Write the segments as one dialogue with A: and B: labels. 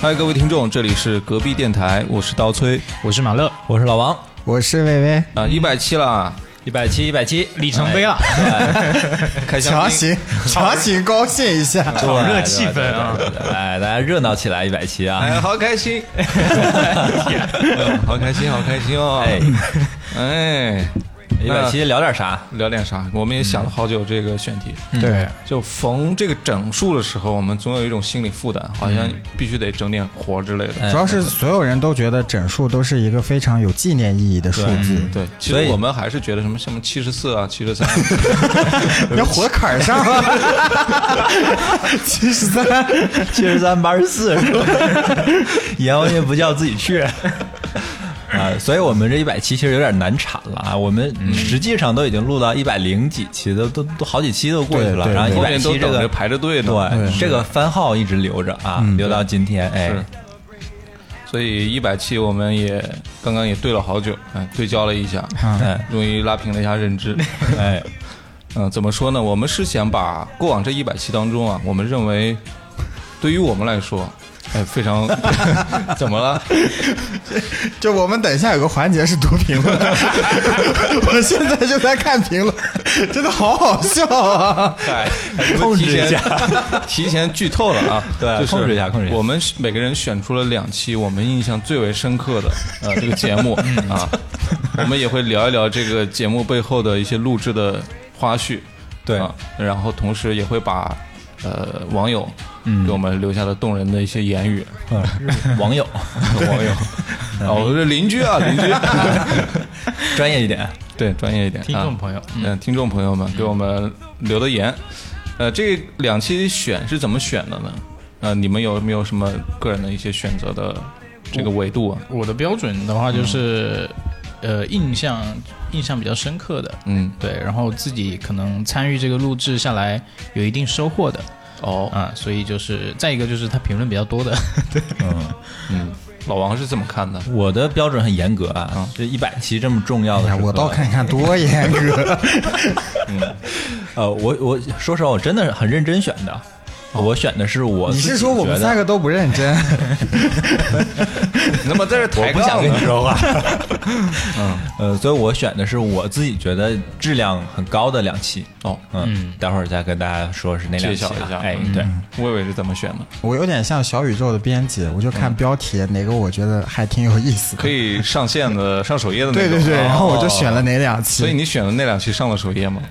A: 嗨，各位听众，这里是隔壁电台，我是刀崔，
B: 我是马乐，
C: 我是老王，
D: 我是薇薇。
A: 啊，一百期了，哎
C: 一百期，一百期，
B: 里程 碑了，
A: 开箱
D: 强
A: 兵，
D: 行强行高兴一下，
C: 对
B: 炒热气氛啊！
C: 对对对对哎，大家热闹起来，一百期啊！
A: 哎呀，好开 心，嗯好开心，好开心哦，
C: 哎，
A: 哎，
C: 一百期聊点啥？
A: 聊点啥？我们也想了好久这个选题，
D: 对，
A: 就逢这个整数的时候，我们总有一种心理负担，好像必须得整点活之类的。
C: 哎
D: 主要是所有人都觉得整数都是一个非常有纪念意义的数字，
A: 对，其
C: 所以
A: 实我们还是觉得什么什么七十四啊、七十 三，
D: 要活坎儿上了。七十三，
C: 七十三八十 四是吧？阎王爷不叫自己去。 啊，所以我们这一百期其实有点难产了啊！我们实际上都已经录到一百零几期，都都都好几期都过去了，
D: 对对
C: 然后一
A: 后
C: 百
A: 面都
C: 期这
A: 等
C: 个
A: 着排着队呢。
C: 对这个番号一直留着啊，留到今天。哎，
A: 是所以一百期我们也刚刚也对了好久，哎，对焦了一下，
C: 哎
A: 终于拉平了一下认知。
C: 哎，
A: 嗯、怎么说呢？我们是想把过往这一百期当中啊，我们认为对于我们来说，哎，非常 怎么了？
D: 就我们等一下有个环节是读评论，我现在就在看评论，真的好好笑啊！
A: 哎，
C: 控制
A: 提前
C: 一下，
A: 提前剧透了啊！
C: 对
A: 就是
C: 控制一下控制一下
A: 我们每个人选出了两期我们印象最为深刻的 呃这个节目
C: 嗯
A: 啊，我们也会聊一聊这个节目背后的一些录制的花絮，
C: 对
A: 啊，然后同时也会把呃网友给我们留下的动人的一些言语，
C: 嗯网友，
A: 网友。
C: 哎
A: 啊，我是邻居啊，邻 居，
C: 专业一点。
A: 对，专业一点。
B: 听众朋友
A: 啊，嗯，听众朋友们给我们留的言，呃，这两期选是怎么选的呢？呃，你们有没有什么个人的一些选择的这个维度啊？
B: 我的标准的话就是，呃，印象印象比较深刻的，
A: 嗯，
B: 对，然后自己可能参与这个录制下来有一定收获的
A: 哦，
B: 啊，所以就是再一个就是他评论比较多的，
A: 嗯，老王是怎么看的？
C: 我的标准很严格啊，这一百期这么重要
D: 哎
C: 的时
D: 呀，
C: 刻，
D: 我倒看看多严格，
C: 呃，我我说实话，我真的是很认真选的。我选的是我
D: 你
C: 自
D: 是
C: 己
D: 说我们
C: 觉得
D: 三个都不认真？
A: 那么在这
C: 我
A: 抬
C: 不
A: 杠
C: 想跟你
A: 呢？
C: 说话。嗯，呃，所以我选的是我自己觉得质量很高的两期。
A: 哦，
C: 嗯，待会儿再跟大家说是哪两
A: 揭
C: 期、
A: 晓
C: 啊
A: 一下。
C: 哎，对，
A: 魏魏是怎么选的？
D: 我有点像小宇宙的编辑，我就看标题哪个我觉得还挺有意思的，
A: 可以上线的、上首页的那
D: 对
A: 种。
D: 对对，
A: 哦
D: 然后我就选了哪两期，
A: 所以你选的那两期上了首页吗？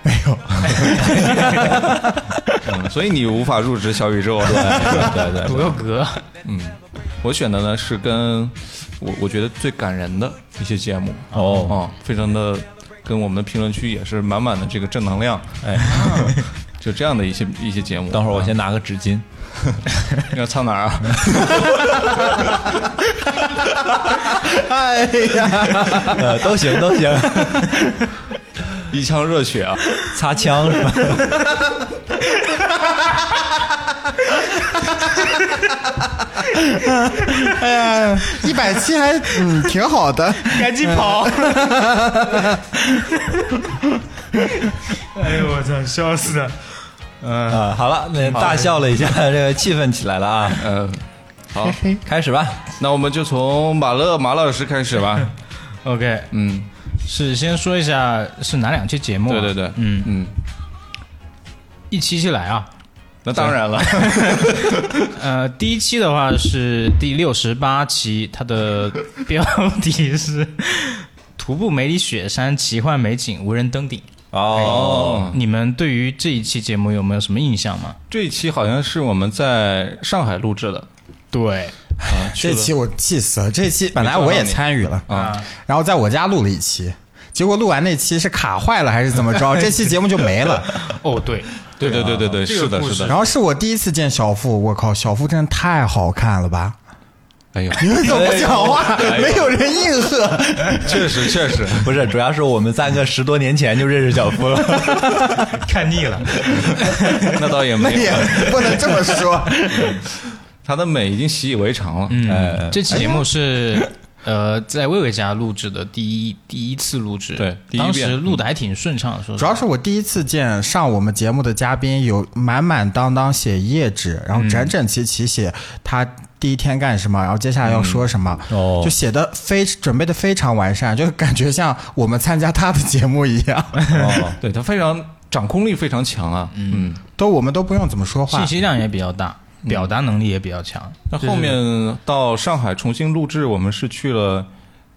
D: 没有，
A: 嗯，所以你无法入职小宇宙。啊
C: 对对对
B: 不
C: 对，
B: 要格，
A: 嗯，我选的呢是跟我我觉得最感人的一些节目
C: 哦，
A: 哦，非常的跟我们的评论区也是满满的这个正能量，啊
C: 哎，
A: 就这样的一些一些节目。
C: 等会儿我先拿个纸巾。
A: 要唱哪儿啊？
D: 哎呀，
C: 呃，都行都行，
A: 一腔热血啊！
C: 擦枪 是吧？
D: 哎呀，一百期还嗯挺好的，
B: 赶紧跑！
E: 哎呦我操，笑死了！
C: 啊、好了，那大笑了一下，这个气氛起来了啊。
A: 呃，好，
C: 开始吧，
A: 那我们就从马乐马老师开始 吧。
B: OK，
A: 嗯，
B: 是先说一下是哪两期节目、
A: 对对，对，
B: 嗯，
A: 嗯，
B: 一期一期来啊。
A: 那当然了，
B: 呃，第一期的话是第六十八期，它的标题是“徒步梅里雪山，奇幻美景无人登顶
C: 哦，”。
B: 你们对于这一期节目有没有什么印象吗？
A: 嗯这一期好像是我们在上海录制的
B: 对，
A: 啊，去
D: 这
A: 了
D: 期我气死了，这期本来我也参与了啊，然后在我家录了一期。结果录完那期是卡坏了还是怎么着？这期节目就没了。
B: 哦对，
A: 对对对对对，
E: 这个
A: 是的，
E: 故事
A: 是的。
D: 然后是我第一次见小付，我靠，小付真的太好看了吧！
A: 哎呦，
D: 你们怎么不讲话？没有人应和。
A: 确实确实，
C: 不是，主要是我们三个十多年前就认识小夫了。
E: 看腻了，
A: 那倒也
D: 那
A: 没
D: 也
A: 有，
D: 不能这么说。
A: 他的美已经习以为常了。
B: 嗯，
C: 哎
B: 这期节目是呃，在魏魏家录制的第一第一次录制，
A: 对第一
B: 当
A: 遍
B: 时录的还挺顺畅，说实
D: 主
B: 话
D: 要是我第一次见上我们节目的嘉宾有满满当当写页纸，然后整
B: 嗯
D: 整齐齐写他第一天干什么，然后接下来要说什么，
B: 嗯
C: 哦
D: 就写的非准备的非常完善，就感觉像我们参加他的节目一样，
C: 哦，
A: 对他非常掌控力非常强啊，嗯，
D: 都我们都不用怎么说话
B: 信，息量也比较大，表达能力也比较强。
A: 那后面到上海重新录制，我们是去了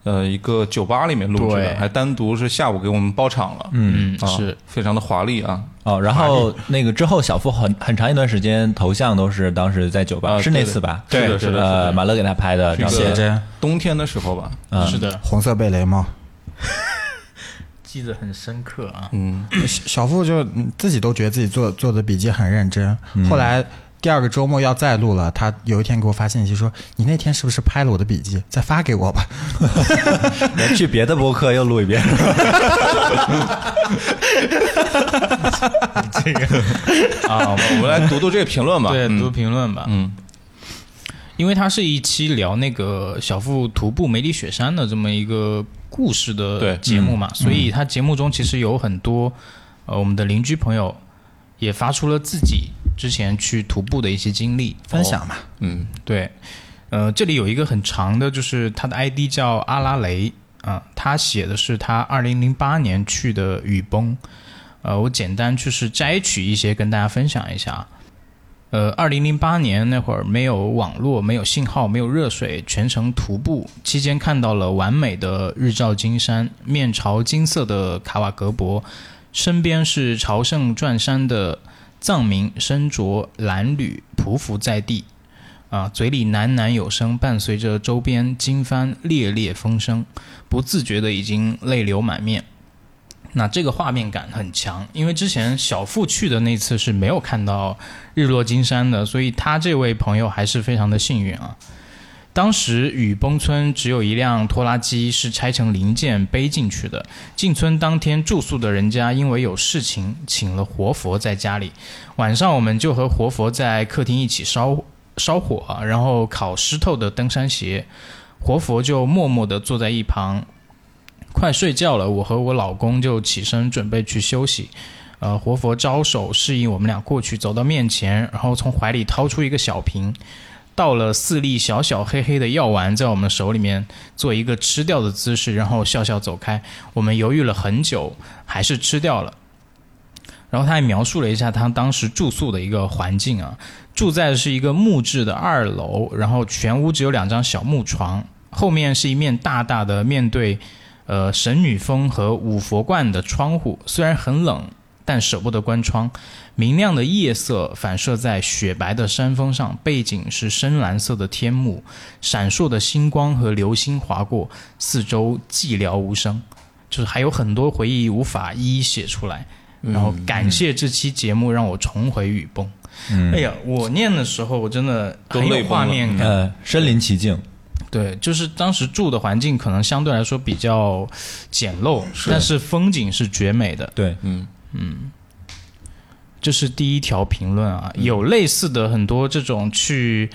A: 呃一个酒吧里面录制的，
B: 对
A: 还单独是下午给我们包场了，嗯，
B: 嗯，是
A: 非常的华丽啊，
C: 哦，然 后那个之后，小付很很长一段时间头像都是当时在酒吧，
A: 啊
C: 是那次吧？
A: 对的对是的是的是
C: 呃，
A: 的
C: 马乐给他拍的，
A: 是一
C: 然后
A: 个
D: 写真
A: 冬天的时候吧，
B: 是的，
D: 红色贝雷帽。
B: 记得很深刻啊。
A: 嗯，
D: 小小付就嗯自己都觉得自己做做的笔记很认真。
B: 嗯
D: 后来第二个周末要再录了，他有一天给我发信息说：“你那天是不是拍了我的笔记？再发给我吧。
C: 连去别的 播客又录一 遍。
B: 啊，
A: 我们来读读这个评论吧，
B: 对，
A: 嗯
B: 读评论吧。
A: 嗯，
B: 因为它是一期聊那个小腹徒步梅里雪山的这么一个故事
A: 对
B: 的节目嘛，
D: 嗯
B: 所以它节目中其实有很多呃我们的邻居朋友也发出了自己之前去徒步的一些经历”
D: 分享嘛，
A: 嗯，
B: 对，呃，这里有一个很长的，就是他的 ID 叫阿拉蕾啊、他写的是他二零零八年去的雨崩，呃，我简单就是摘取一些跟大家分享一下啊。呃，二零零八年那会儿没有网络，没有信号，没有热水，全程徒步。期间看到了完美的日照金山，面朝金色的卡瓦格博，身边是朝圣转山的藏民，身着蓝履匍匐在地，啊，嘴里喃喃有声，伴随着周边经幡猎猎风声，不自觉的已经泪流满面。那这个画面感很强，因为之前小付去的那次是没有看到日落金山的，所以他这位朋友还是非常的幸运啊。当时雨崩村只有一辆拖拉机是拆成零件背进去的。进村当天住宿的人家因为有事情请了活佛在家里，晚上我们就和活佛在客厅一起烧烧火啊，然后烤湿透的登山鞋。活佛就默默地坐在一旁，快睡觉了。我和我老公就起身准备去休息。呃，活佛招手示意我们俩过去，走到面前，然后从怀里掏出一个小瓶，倒了四粒小小黑黑的药丸在我们手里面，做一个吃掉的姿势，然后笑笑走开。我们犹豫了很久，还是吃掉了。然后他还描述了一下他当时住宿的一个环境啊，住在的是一个木质的二楼，然后全屋只有两张小木床，后面是一面大大的面对呃神女峰和五佛观的窗户，虽然很冷，但舍不得关窗。明亮的夜色反射在雪白的山峰上，背景是深蓝色的天幕，闪烁的星光和流星划过，四周寂寥无声。就是还有很多回忆无法一一写出来，然后感谢这期节目让我重回雨崩。
C: 嗯
B: 哎呀，我念的时候我真的很有画面感。
C: 呃，身临其境，
B: 对，就是当时住的环境可能相对来说比较简陋，但是风景是绝美的。
C: 对，
A: 嗯
B: 这是第一条评论啊，有类似的很多这种去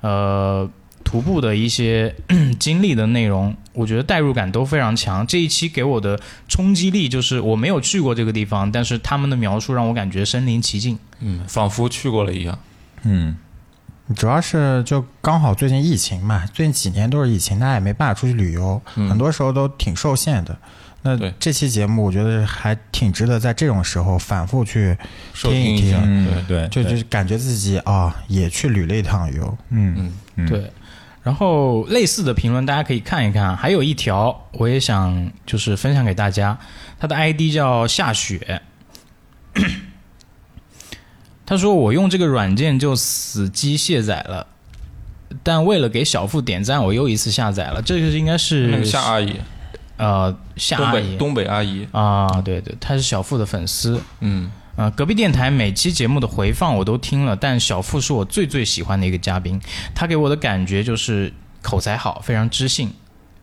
B: 呃徒步的一些 经历的内容，我觉得代入感都非常强。这一期给我的冲击力就是我没有去过这个地方，但是他们的描述让我感觉身临其境。
A: 嗯，仿佛去过了一样，
C: 嗯，
D: 主要是就刚好最近疫情嘛，最近几年都是疫情，大家也没办法出去旅游，
B: 嗯
D: 很多时候都挺受限的。那
A: 对
D: 这期节目我觉得还挺值得在这种时候反复去
A: 收
D: 听
A: 听
D: 一
A: 一下，
D: 听，
A: 对
C: 嗯，，
B: 哎
C: 对，
D: 就
C: 对
D: 就是感觉自己啊也去旅了一趟游。
C: 嗯嗯，
B: 对，然后类似的评论大家可以看一看啊。还有一条，我也想就是分享给大家，他的 ID 叫夏雪。 他说：“我用这个软件就死机卸载了，但为了给小付点赞，我又一次下载了。这个应该
A: 那
B: 是
A: 个夏阿姨，
B: 呃夏
A: 东
B: 阿
A: 北
B: 姨
A: 东北阿姨，
B: 啊，对对，他是小付的粉丝。
A: 嗯，
B: 呃，隔壁电台每期节目的回放我都听了，但小付是我最最喜欢的一个嘉宾，他给我的感觉就是口才好，非常知性。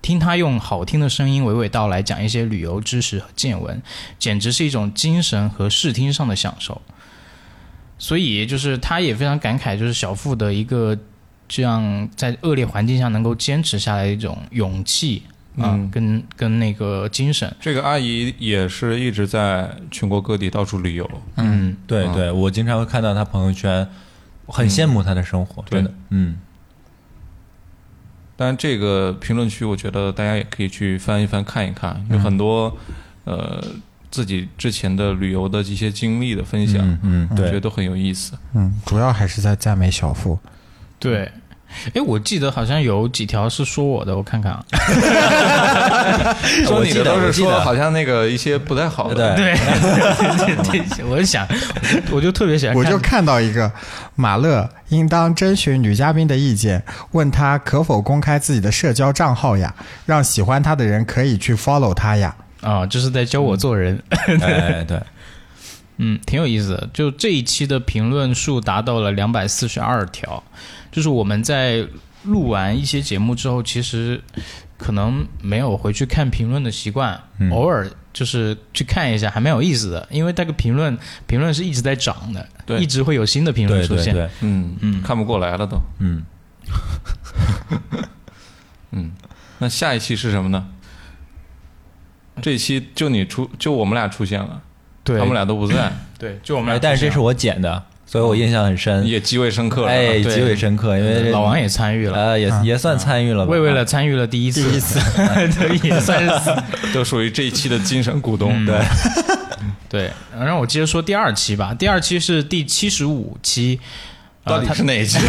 B: 听他用好听的声音娓娓道来讲一些旅游知识和见闻，简直是一种精神和视听上的享受。所以，就是他也非常感慨，就是小付的一个这样在恶劣环境下能够坚持下来的一种勇气啊、
A: 嗯
B: 跟跟那个精神。
A: 这个阿姨也是一直在全国各地到处旅游，
B: 嗯，
C: 对
A: 啊
C: 对，我经常会看到他朋友圈，我很羡慕他的生活，
A: 对
C: 真的，嗯，
A: 但这个评论区，我觉得大家也可以去翻一翻、看一看，有很多、呃自己之前的旅游的一些经历的分享，
C: 嗯嗯，
A: 我觉得
C: 对，
A: 都很有意思。
D: 嗯，主要还是在赞美小腹。
B: 对。哎，我记得好像有几条是说我的，我看看啊。
A: 说你的都是说
C: 我记得我记得
A: 好像那个一些不太好的，
C: 对
B: 对，对对我就想，我就特别喜欢
D: 我
B: 看，
D: 就看到一个马勒应当征询女嘉宾的意见，问她可否公开自己的社交账号呀，让喜欢她的人可以去 follow 她呀。
B: 啊、就是在教我做人。
C: 哎对，
B: 嗯，挺有意思的。就这一期的评论数达到了两百四十二条，就是我们在录完一些节目之后，其实可能没有回去看评论的习惯，偶尔就是去看一下，还蛮有意思的。因为那个评论评论是一直在涨的，
A: 对
B: 一直会有新的评论
C: 对
B: 出
C: 对
B: 现。
C: 对，
A: 嗯嗯，看不过来了都。
C: 嗯，
A: 那下一期是什么呢？这一期就你出，就我们俩出现了，
B: 对
A: 他们俩都不 在，
B: 对，就我们俩
C: 哎，
B: 出现了。
C: 但是这是我剪的，所以我印象很深，
A: 也极为深嗯刻了。
C: 哎，
B: 对
C: 极为深刻，因为
B: 老王也参与了，
C: 呃也也算参与了吧，
B: 魏魏了参与了第一次，第一次， 对，也算是
A: 就属于这一期的精神股东。
C: 嗯
A: 对，
B: 对，然后我接着说第二期吧。第二期是第七十五期，呃
A: 到底啊是哪一期？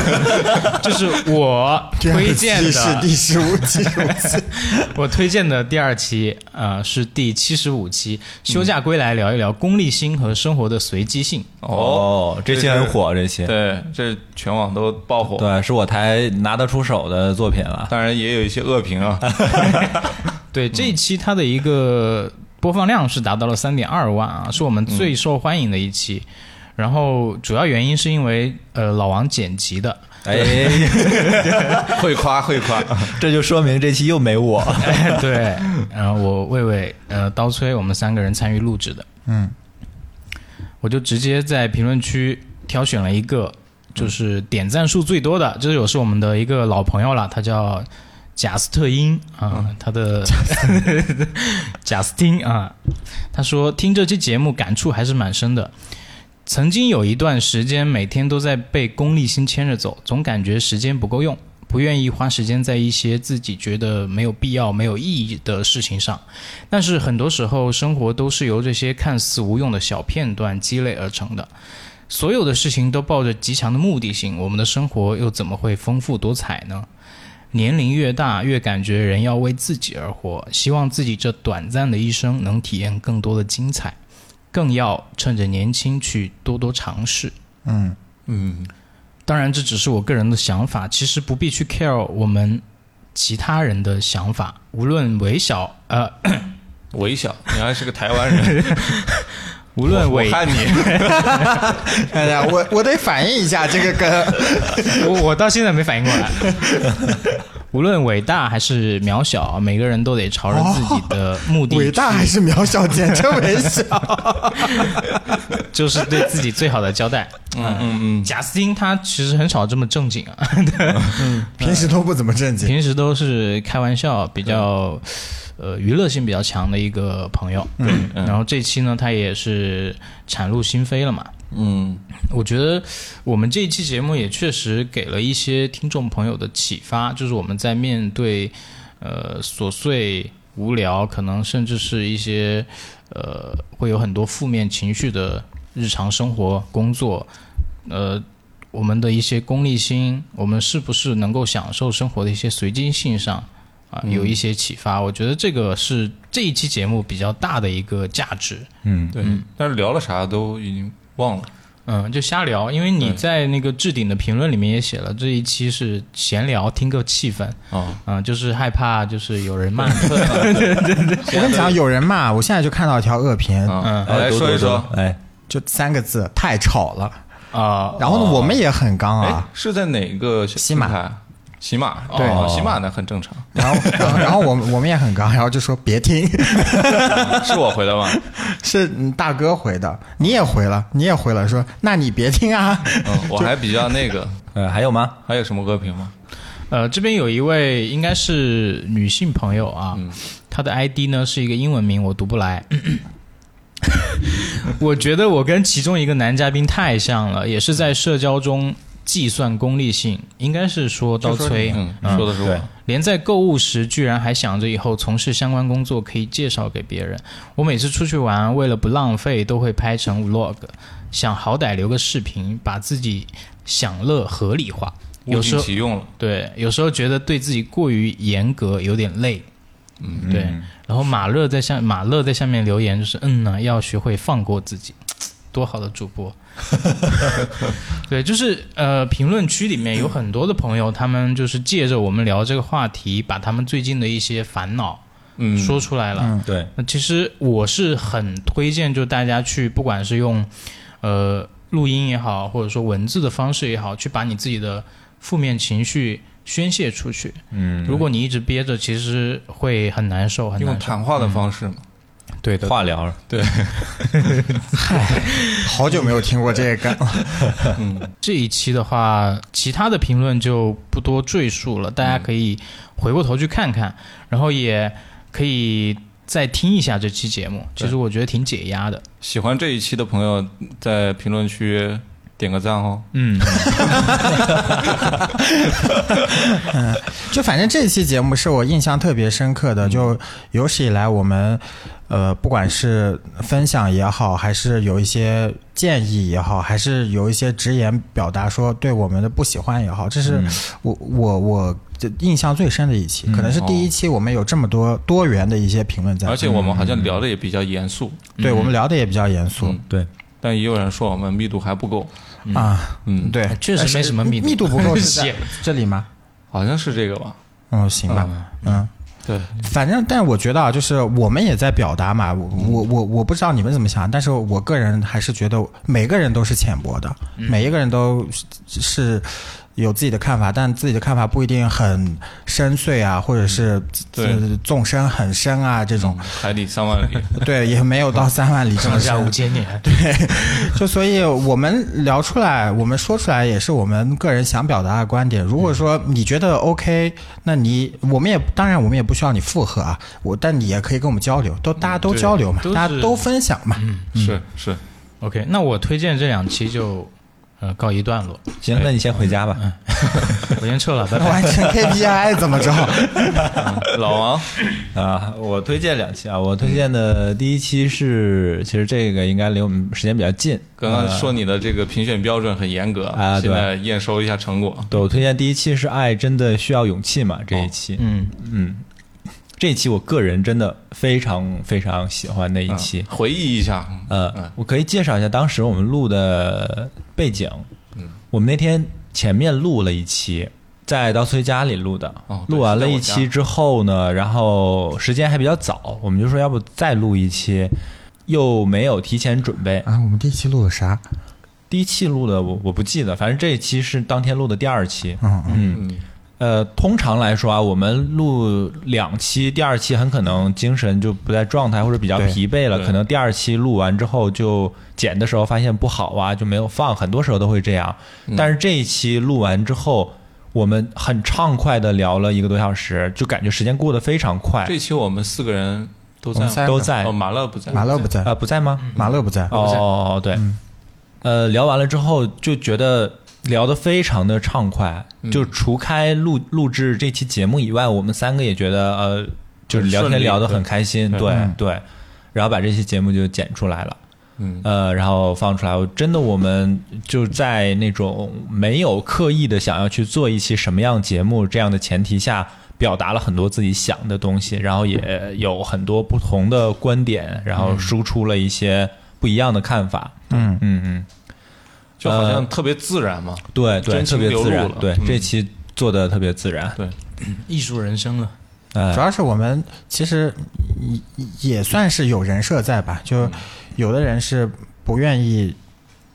B: 它就是我推荐
D: 这样
B: 的
D: 的，第十五期，第十五期。
B: 我推荐的第二期，呃，是第七十五期。休假归来聊一聊功利心和生活的随机性。
A: 哦，
C: 哦，这
A: 这
C: 期
A: 是
C: 很火，这期
A: 对，这全网都爆火，
C: 对，是我台拿得出手的作品了，
A: 当然也有一些恶评啊。
B: 对，这一期它的一个播放量是达到了三点二万啊，是我们最受欢迎的一期。然后主要原因是因为呃老王剪辑的，
C: 哎，
A: 会夸会夸，
C: 这就说明这期又没我，
B: 对，然后我魏魏呃刀崔我们三个人参与录制的，
D: 嗯，
B: 我就直接在评论区挑选了一个，就是点赞数最多的，这有是我们的一个老朋友了，他叫贾斯特因啊，他的 贾斯汀啊，他说听这期节目感触还是蛮深的。曾经有一段时间，每天都在被功利心牵着走，总感觉时间不够用，不愿意花时间在一些自己觉得没有必要、没有意义的事情上。但是很多时候，生活都是由这些看似无用的小片段积累而成的。所有的事情都抱着极强的目的性，我们的生活又怎么会丰富多彩呢？年龄越大，越感觉人要为自己而活，希望自己这短暂的一生能体验更多的精彩，更要趁着年轻去多多尝试。
D: 嗯，
A: 嗯，
B: 当然，这只是我个人的想法，其实不必去 care 我们其他人的想法，无论微小，呃，
A: 微笑，你还是个台湾 人，
B: 无论
A: 我
B: 微，
A: 看你，
D: 哎呀，我我得反应一下这个梗。
B: 我我到现在没反应过来。 无论伟大还是渺小，每个人都得朝着自己的目的去、
D: 伟大还是渺小，简称微小。
B: 就是对自己最好的交代。
A: 嗯嗯
B: 贾斯汀他其实很少这么正经啊，
D: 平时都不怎么正经。
B: 平时都是开玩笑，比较呃娱乐性比较强的一个朋友。嗯，然后这期呢，他也是袒露心扉了嘛。
A: 嗯
B: 我觉得我们这一期节目也确实给了一些听众朋友的启发，就是我们在面对呃琐碎、无聊，可能甚至是一些呃会有很多负面情绪的日常生活、工作，呃，我们的一些功利心，我们是不是能够享受生活的一些随机性上啊、有一些启发？我觉得这个是这一期节目比较大的一个价值。
A: 嗯，，
C: 嗯
A: 对，但是聊了啥都已经忘了。
B: 嗯，就瞎聊，因为你
A: 对
B: 在那个置顶的评论里面也写了，这一期是闲聊，听个气氛，
A: 啊，
B: 嗯，就是害怕就是有人骂你，
D: 我跟你讲，有人骂我，现在就看到一条恶评，
A: 嗯，
C: 哎
A: 来
C: 读
A: 说
C: 读
A: 一
C: 读
A: 说，
C: 哎，
D: 就三个字，太吵了。
B: 啊、
D: 然后呢，我们也很刚
A: 哎
D: 啊，，
A: 是在哪个
D: 西马
A: 平台喜马，
D: 对
A: 哦喜马呢很正常，
D: 然后，然后 然后我们我们也很刚，然后就说别听，
A: 嗯是我回的吗？
D: 是嗯大哥回的，你也回了，你也回了，说那你别听啊，
A: 嗯，我还比较那个，
C: 呃，还有吗？
A: 还有什么恶评吗？
B: 呃，这边有一位应该是女性朋友啊，她的 ID 呢是一个英文名，我读不来。 我觉得我跟其中一个男嘉宾太像了，也是在社交中计算功利性，应该是说刀崔，
A: 嗯，说的是我，
B: 连在购物时居然还想着以后从事相关工作可以介绍给别人。我每次出去玩，为了不浪费，都会拍成 vlog，想好歹留个视频，把自己享乐合理化。
A: 物
B: 有时
A: 尽
B: 候
A: 其用了。
B: 对，有时候觉得对自己过于严格有点累。嗯，对。然后马乐在下马乐在下面留言就是，嗯呢，要学会放过自己，多好的主播。 对，就是呃，评论区里面有很多的朋友，他们就是借着我们聊这个话题，把他们最近的一些烦恼
A: 嗯，
B: 说出来了。
C: 对，
B: 那其实我是很推荐，就大家去，不管是用呃录音也好，或者说文字的方式也好，去把你自己的负面情绪宣泄出去。
C: 嗯，
B: 如果你一直憋着，其实会很难受，很
A: 用
B: 难受。
A: 谈话的方式嘛，
B: 对的，
C: 化疗，
D: 好久没有听过这个，
B: 这一期的话，其他的评论就不多赘述了，大家
D: 嗯
B: 可以回过头去看看，然后也可以再听一下这期节目。其实我觉得挺解压的。
A: 喜欢这一期的朋友在评论区点个赞哦。
B: 嗯，
D: 就反正这期节目是我印象特别深刻
A: 嗯
D: 的，就有史以来我们，呃，不管是分享也好，还是有一些建议也好，还是有一些直言表达说对我们的不喜欢也好，这是
A: 嗯
D: 我、我我这印象最深的一期，可能是第一期我们有这么多多元的一些评论在，
A: 哦而且我们好嗯像聊的也比较严肃，
D: 对我们聊的也比较严肃、
A: 嗯
C: 对，
A: 但也有人说我们密度还不够。
D: 啊，
A: 嗯，
D: 对，
B: 哎确实没什么密
D: 密
B: 度
D: 度不 够是在
B: 是
D: 这里吗？
A: 好像是这个吧？
D: 嗯，行吧，嗯
A: 对，
D: 反正，但我觉得啊，就是我们也在表达嘛，我我我我不知道你们怎么想，但是我个人还是觉得每个人都是浅薄的，每一个人都是是有自己的看法，但自己的看法不一定很深邃啊，或者是
A: 对嗯
D: 呃纵深很深啊这种，
A: 海底三 万里。
D: 对，也没有到三 万里这么
B: 上下
D: 深
B: 五，千年。
D: 就所以我们聊出来，我们说出来也是我们个人想表达的观点。如果说你觉得 OK，那你我们也当然我们也不需要你附和啊，我但你也可以跟我们交流，都大家都交流嘛，
B: 对
D: 大
B: 都
D: 家
B: 是
D: 都分享嘛。
A: 是是，
B: OK，那我推荐这两期就呃告一段落，
C: 行，那你先回家吧。
B: 我先撤了，
D: 那
B: 拜 拜。
D: 完成 KPI 怎么着？啊
A: 老 王，
C: 啊，我推荐两期啊，我推荐的第一期是，其实这个应该离我们时间比较近。
A: 刚刚说你的这个评选标准很严格，
C: 啊
A: 现
C: 对
A: 在验收一下成果。
C: 对我推荐第一期是《爱真的需要勇气》嘛，这一期，
B: 嗯，
C: 嗯，这一期我个人真的非常非常喜欢那一
A: 嗯
C: 期。
A: 回忆一下，嗯
C: 呃，我可以介绍一下当时我们录的背景。嗯，我们那天前面录了一期，在刀崔家里录的。
A: 哦对
C: 录完
A: 是在
C: 了
A: 我
C: 一
A: 家
C: 期之后呢，然后时间还比较早，我们就说要不再录一期，又没有提前准备。
D: 啊，我们第一期录了啥？
C: 第一期录的我我不记得，反正这一期是当天录的第二期。
D: 嗯
C: 嗯，
A: 嗯，
C: 呃，通常来说啊，我们录两期，第二期很可能精神就不在状态或者比较
D: 对
C: 疲惫了，
A: 对
C: 可能第二期录完之后就剪的时候发现不好啊，就没有放，很多时候都会这样。
A: 嗯
C: 但是这一期录完之后，我们很畅快的聊了一个多小时，就感觉时间过得非常快。
A: 这期我们四个人都在
D: 我
A: 吗，
D: 们三个
C: 都在
A: 哦，马乐不在，
D: 马乐不在，
C: 啊，不在吗？
D: 马乐不在。
C: 哦，对，
A: 嗯
C: 呃，聊完了之后就觉得聊得非常的畅快，
A: 嗯
C: 就除开录录制这期节目以外，我们三个也觉得呃，就是聊
A: 很顺
C: 天
A: 利
C: 聊得很开心，
A: 对
C: 对对，然后把这期节目就剪出来了。
A: 嗯，
C: 呃，然后放出来，我真的我们就在那种没有刻意的想要去做一期什么样节目这样的前提下，表达了很多自己想的东西，然后也有很多不同的观点，然后输出了一些不一样的看法。
D: 嗯
C: 嗯嗯，
A: 就好
D: 呃
A: 像特别自然嘛。
C: 对对，
A: 真
C: 特
A: 情
C: 别
A: 流
C: 自
A: 露
C: 然
A: 了，
C: 对、
A: 嗯
C: 这期做的特别自然。
A: 对，
B: 艺术人生了。
A: 嗯
C: 呃
D: 主要是我们其实也
A: 嗯
D: 也算是有人设在吧，就有的人是不愿意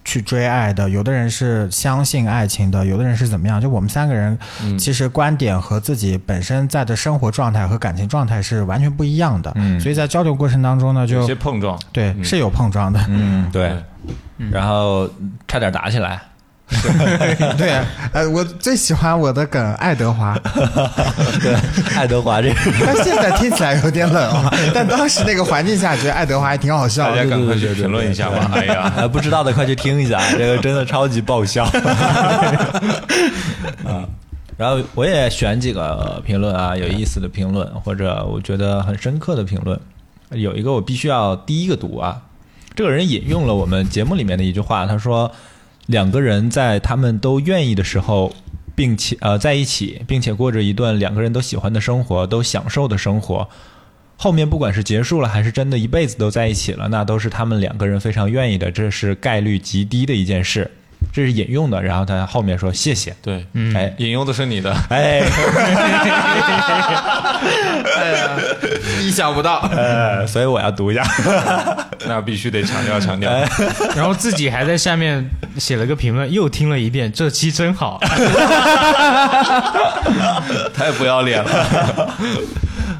D: 去追爱的，有的人是相信爱情的，有的人是怎么样？就我们三个人，
A: 嗯
D: 其实观点和自己本身在的生活状态和感情状态是完全不一样的。
C: 嗯
D: 所以在交流过程当中呢，
A: 有
D: 就
A: 些碰撞，
D: 对、
A: 嗯
D: 是有碰撞的。
C: 嗯，对，然后差点打起来，
D: 对，呃，我最喜欢我的梗爱德华，
C: 对，爱德华这个，
D: 但现在听起来有点冷啊，但当时那个环境下，觉得爱德华还挺好笑
A: 大
D: 的
A: 家。赶快去评论一下吧。哎呀，
C: 啊，不知道的快去听一下，这个真的超级爆笑。啊，然后我也选几个评论啊，有意思的评论或者我觉得很深刻的评论。有一个我必须要第一个读啊，这个人引用了我们节目里面的一句话，他说：“两个人在他们都愿意的时候，并且呃在一起，并且过着一段两个人都喜欢的生活，都享受的生活。后面不管是结束了，还是真的一辈子都在一起了，那都是他们两个人非常愿意的，这是概率极低的一件事。”这是引用的，然后他后面说：“谢谢。”
A: 对，
B: 嗯
C: 哎
A: 引用的是你的，
C: 哎，
D: 意想不到，
C: 呃，所以我要读一下。
A: 那必须得强调强调。
B: 然后自己还在下面写了个评论，又听了一遍，这期真好。
A: 太不要脸了。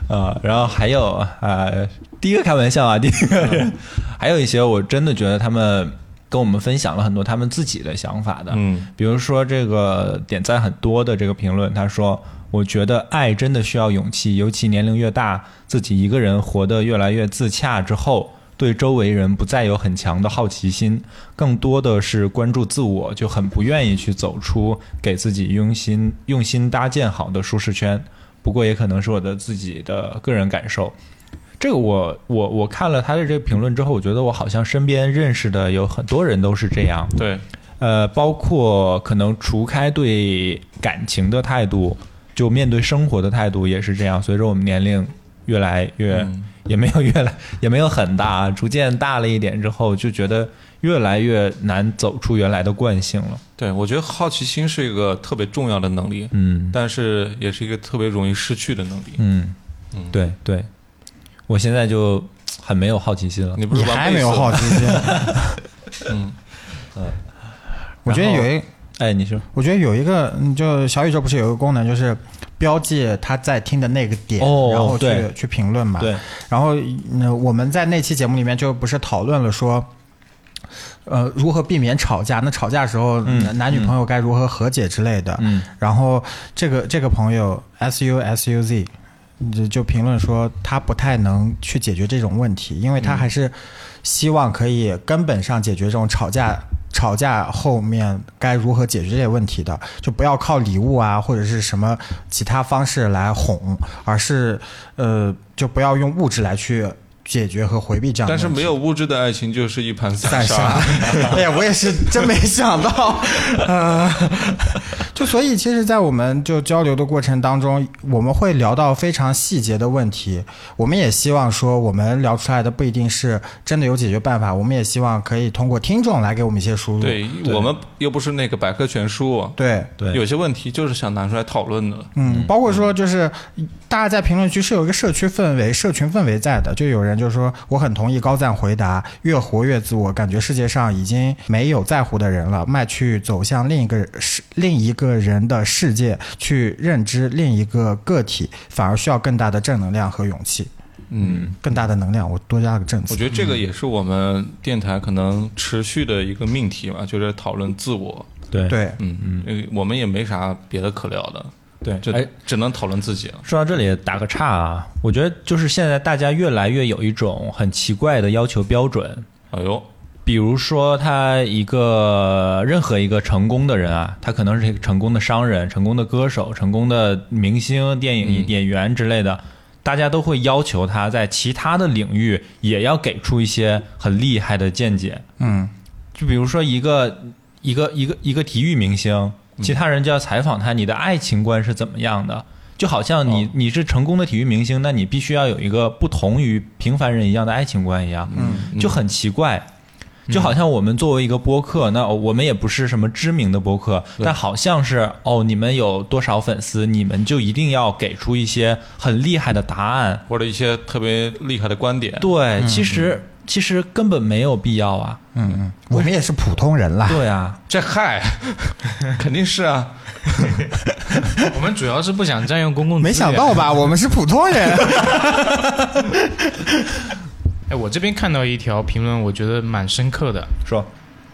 C: 啊，然后还有啊、呃第一个开玩笑啊，第一个人，还有一些我真的觉得他们跟我们分享了很多他们自己的想法的，
A: 嗯，
C: 比如说这个点赞很多的这个评论，他说：“我觉得爱真的需要勇气，尤其年龄越大，自己一个人活得越来越自洽之后。”对周围人不再有很强的好奇心，更多的是关注自我，就很不愿意去走出给自己用心用心搭建好的舒适圈。不过也可能是我的自己的个人感受。这个我我我看了他的这个评论之后，我觉得我好像身边认识的有很多人都是这样，
A: 对，
C: 呃，包括可能除开对感情的态度，就面对生活的态度也是这样。随着我们年龄越来越，
A: 嗯
C: 也没有越来 也没有很大啊，逐渐大了一点之后，就觉得越来越难走出原来的惯性了。
A: 对，我觉得好奇心是一个特别重要的能力，
C: 嗯
A: 但是也是一个特别容易失去的能力。
C: 嗯
A: 嗯，
C: 对对，我现在就很没有好奇心了。
A: 你不
D: 你
A: 是玩
D: 还
A: 贝
D: 没有
A: 斯
D: 好
A: 吗
D: 奇心？
A: 嗯，
D: 我觉得有一，
C: 哎，你说
D: 我觉得有一个，嗯就小宇宙不是有一个功能，就是标记他在听的那个点，
C: 哦
D: 然后去
C: 对
D: 去评论嘛。
C: 对，
D: 然后，嗯，我们在那期节目里面就不是讨论了说，呃，如何避免吵架？那吵架的时候，
C: 嗯
D: 男男女朋友该如何和解之类的。
C: 嗯
D: 然后这个这个朋友 S U S U Z 就就评论说他不太能去解决这种问题，因为
A: 嗯
D: 他还是希望可以根本上解决这种吵架。吵架后面该如何解决这些问题的，就不要靠礼物啊或者是什么其他方式来哄，而是呃就不要用物质来去解决和回避这样的
A: 但
D: 问题。
A: 是没有物质的爱情就是一盘
D: 散
A: 散
D: 沙
A: 沙。。
D: 哎呀，我也是真没想到，呃， 就所以其实，在我们就交流的过程当中，我们会聊到非常细节的问题。我们也希望说，我们聊出来的不一定是真的有解决办法，我们也希望可以通过听众来给我们一些输入。
A: 对我们又不是那个百科全书，啊
D: 对
C: 对
A: 有些问题就是想拿出来讨论的。
D: 嗯，包括说就是大家在评论区是有一个社区氛围、社群氛围在的，就有人就说我很同意高赞回答，越活越自我，感觉世界上已经没有在乎的人了，迈去走向另一个世另一个人的世界，去认知另一个个体，反而需要更大的正能量和勇气，
A: 嗯，
D: 更大的能量，我多加了个正
A: 我
D: 字。
A: 觉得这个也是我们电台可能持续的一个命题嘛，就是讨论自我。
C: 对
D: 对，
A: 嗯嗯，我们也没啥别的可聊的，
C: 对
A: 就
C: 哎
A: 只能讨论自己了。
C: 说到这里打个岔啊，我觉得就是现在大家越来越有一种很奇怪的要求标准，
A: 哎呦，
C: 比如说他一个任何一个成功的人啊，他可能是一个成功的商人、成功的歌手、成功的明星、电影
A: 嗯
C: 演员之类的，大家都会要求他在其他的领域也要给出一些很厉害的见解。
D: 嗯，
C: 就比如说一个一个一个一个体育明星，
B: 嗯
C: 其他人就要采访他，你的爱情观是怎么样的？就好像你、
A: 哦
C: 你是成功的体育明星，那你必须要有一个不同于平凡人一样的爱情观一样，
A: 嗯
C: 就很奇怪。
B: 嗯
C: 就好像我们作为一个播客，那我们也不是什么知名的播客，
A: 对
C: 但好像是哦，你们有多少粉丝，你们就一定要给出一些很厉害的答案。
A: 或者一些特别厉害的观点。
B: 嗯
C: 对，其实其实根本没有必要啊。
D: 嗯嗯，我们也是普通人啦。
C: 对啊，
A: 这嗨，肯定是啊，
B: 我们主要是不想占用公共资源。
D: 没想到吧？我们是普通人。
B: 哎，我这边看到一条评论，我觉得蛮深刻的。
C: 说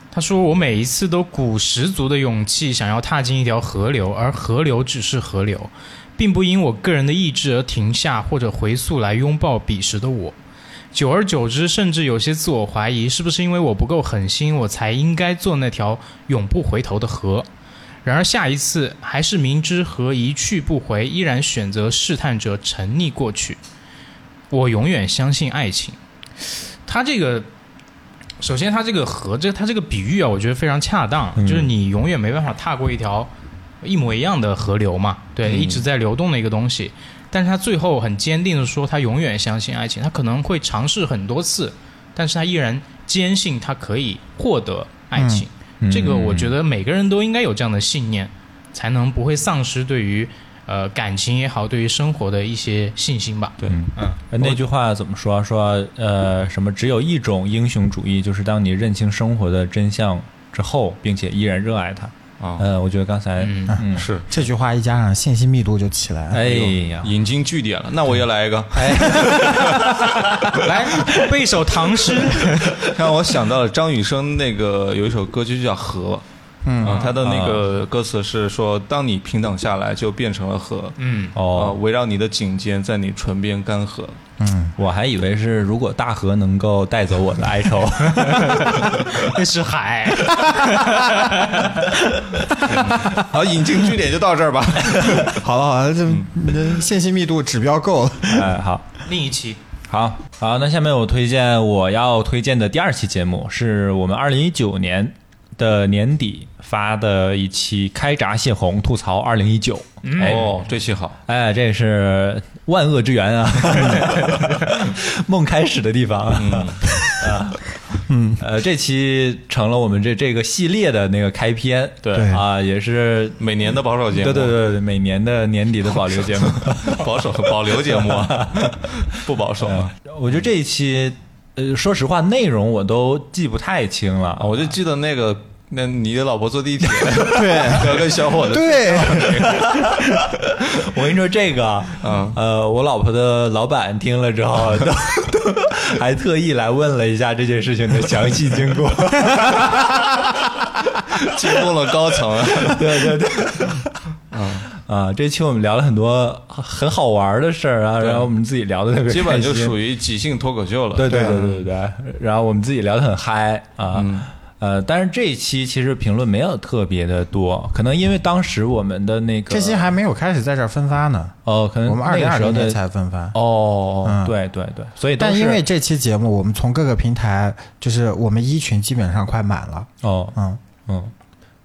B: 他说：“我每一次都鼓十足的勇气，想要踏进一条河流，而河流只是河流，并不因我个人的意志而停下或者回溯来拥抱彼时的我。久而久之，甚至有些自我怀疑，是不是因为我不够狠心，我才应该做那条永不回头的河？然而下一次，还是明知河一去不回，依然选择试探着沉溺过去。我永远相信爱情。”他这个首先，它这个河，这它这个比喻啊，我觉得非常恰当，就是你永远没办法踏过一条一模一样的河流嘛，对，一直在流动的一个东西。但是他最后很坚定的说，他永远相信爱情，他可能会尝试很多次，但是他依然坚信他可以获得爱情。这
C: 嗯
B: 个我觉得每个人都应该有这样的信念，才能不会丧失对于呃感情也好，对于生活的一些信心吧。
A: 对，
C: 哎那句话怎么说？说呃什么？只有一种英雄主义，就是当你认清生活的真相之后，并且依然热爱它。
A: 啊、
C: 呃，我觉得刚才
B: 嗯
C: 嗯，
A: 是，
D: 这句话一加上，信息密度就起来了。
C: 哎呀，
A: 引经据典了。那我也来一个，
B: 来背一首唐诗，
A: 让我想到了张雨生那个有一首歌就叫《河》，
D: 嗯
A: 啊他的那个歌词是说，当你平等下来，就变成了河。
B: 嗯。
A: 啊
C: 哦，
A: 围绕你的颈间，在你唇边干涸。
D: 嗯，
C: 我还以为是如果大河能够带走我的哀愁，
B: 那是海，
A: 好，引经据典就到这儿吧。
D: 好了好了，这这
C: 嗯
D: 信息密度指标够了。
C: 哎，好。
B: 另一期
C: 好好，那下面我推荐我要推荐的第二期节目，是我们二零一九年的年底发的一期《开闸泄洪吐槽二零一九》。哎
A: 哦，这期好，
C: 哎，这是万恶之源啊， 梦开始的地方啊。 嗯，呃，这期成了我们这这个系列的那个开篇，
A: 对
C: 啊，也是
A: 每年的保守节目，
C: 对对对对，每年的年底的保留节目。
A: 对， 保守保留节目啊，不保守啊。
C: 我觉得这一期，呃，说实话，内容我都记不太清了。
A: 啊我就记得那个，那你老婆坐地 铁，
D: 对
A: 要跟小伙子，
D: 对，
C: 我跟你说这个，
A: 嗯
C: 呃，我老婆的老板听了之后，都都还特意来问了一下这件事情的详细经过。
A: 进入了高层。
C: 对 对对， 啊啊，这期我们聊了很多很好玩的事儿啊，然后我们自己聊的特别
A: 基
C: 开
A: 本就
C: 心
A: 属于啊即兴脱口秀了。
C: 对对对对对对。然后我们自己聊得很嗨啊，
A: 嗯
C: 呃，但是这一期其实评论没有特别的多，可能因为当时我们的那个
D: 这些还没有开始在这儿分发呢，
C: 哦，可能
D: 我们二
C: 那
D: 零
C: 个
D: 二
C: 时候
D: 零
C: 的
D: 年才分发。
C: 哦，
D: 嗯
C: 对对对，所以都
D: 但因
C: 是
D: 为这期节目，我们从各个平台，就是我们一群基本上快满了。
C: 哦
D: 嗯，
C: 嗯，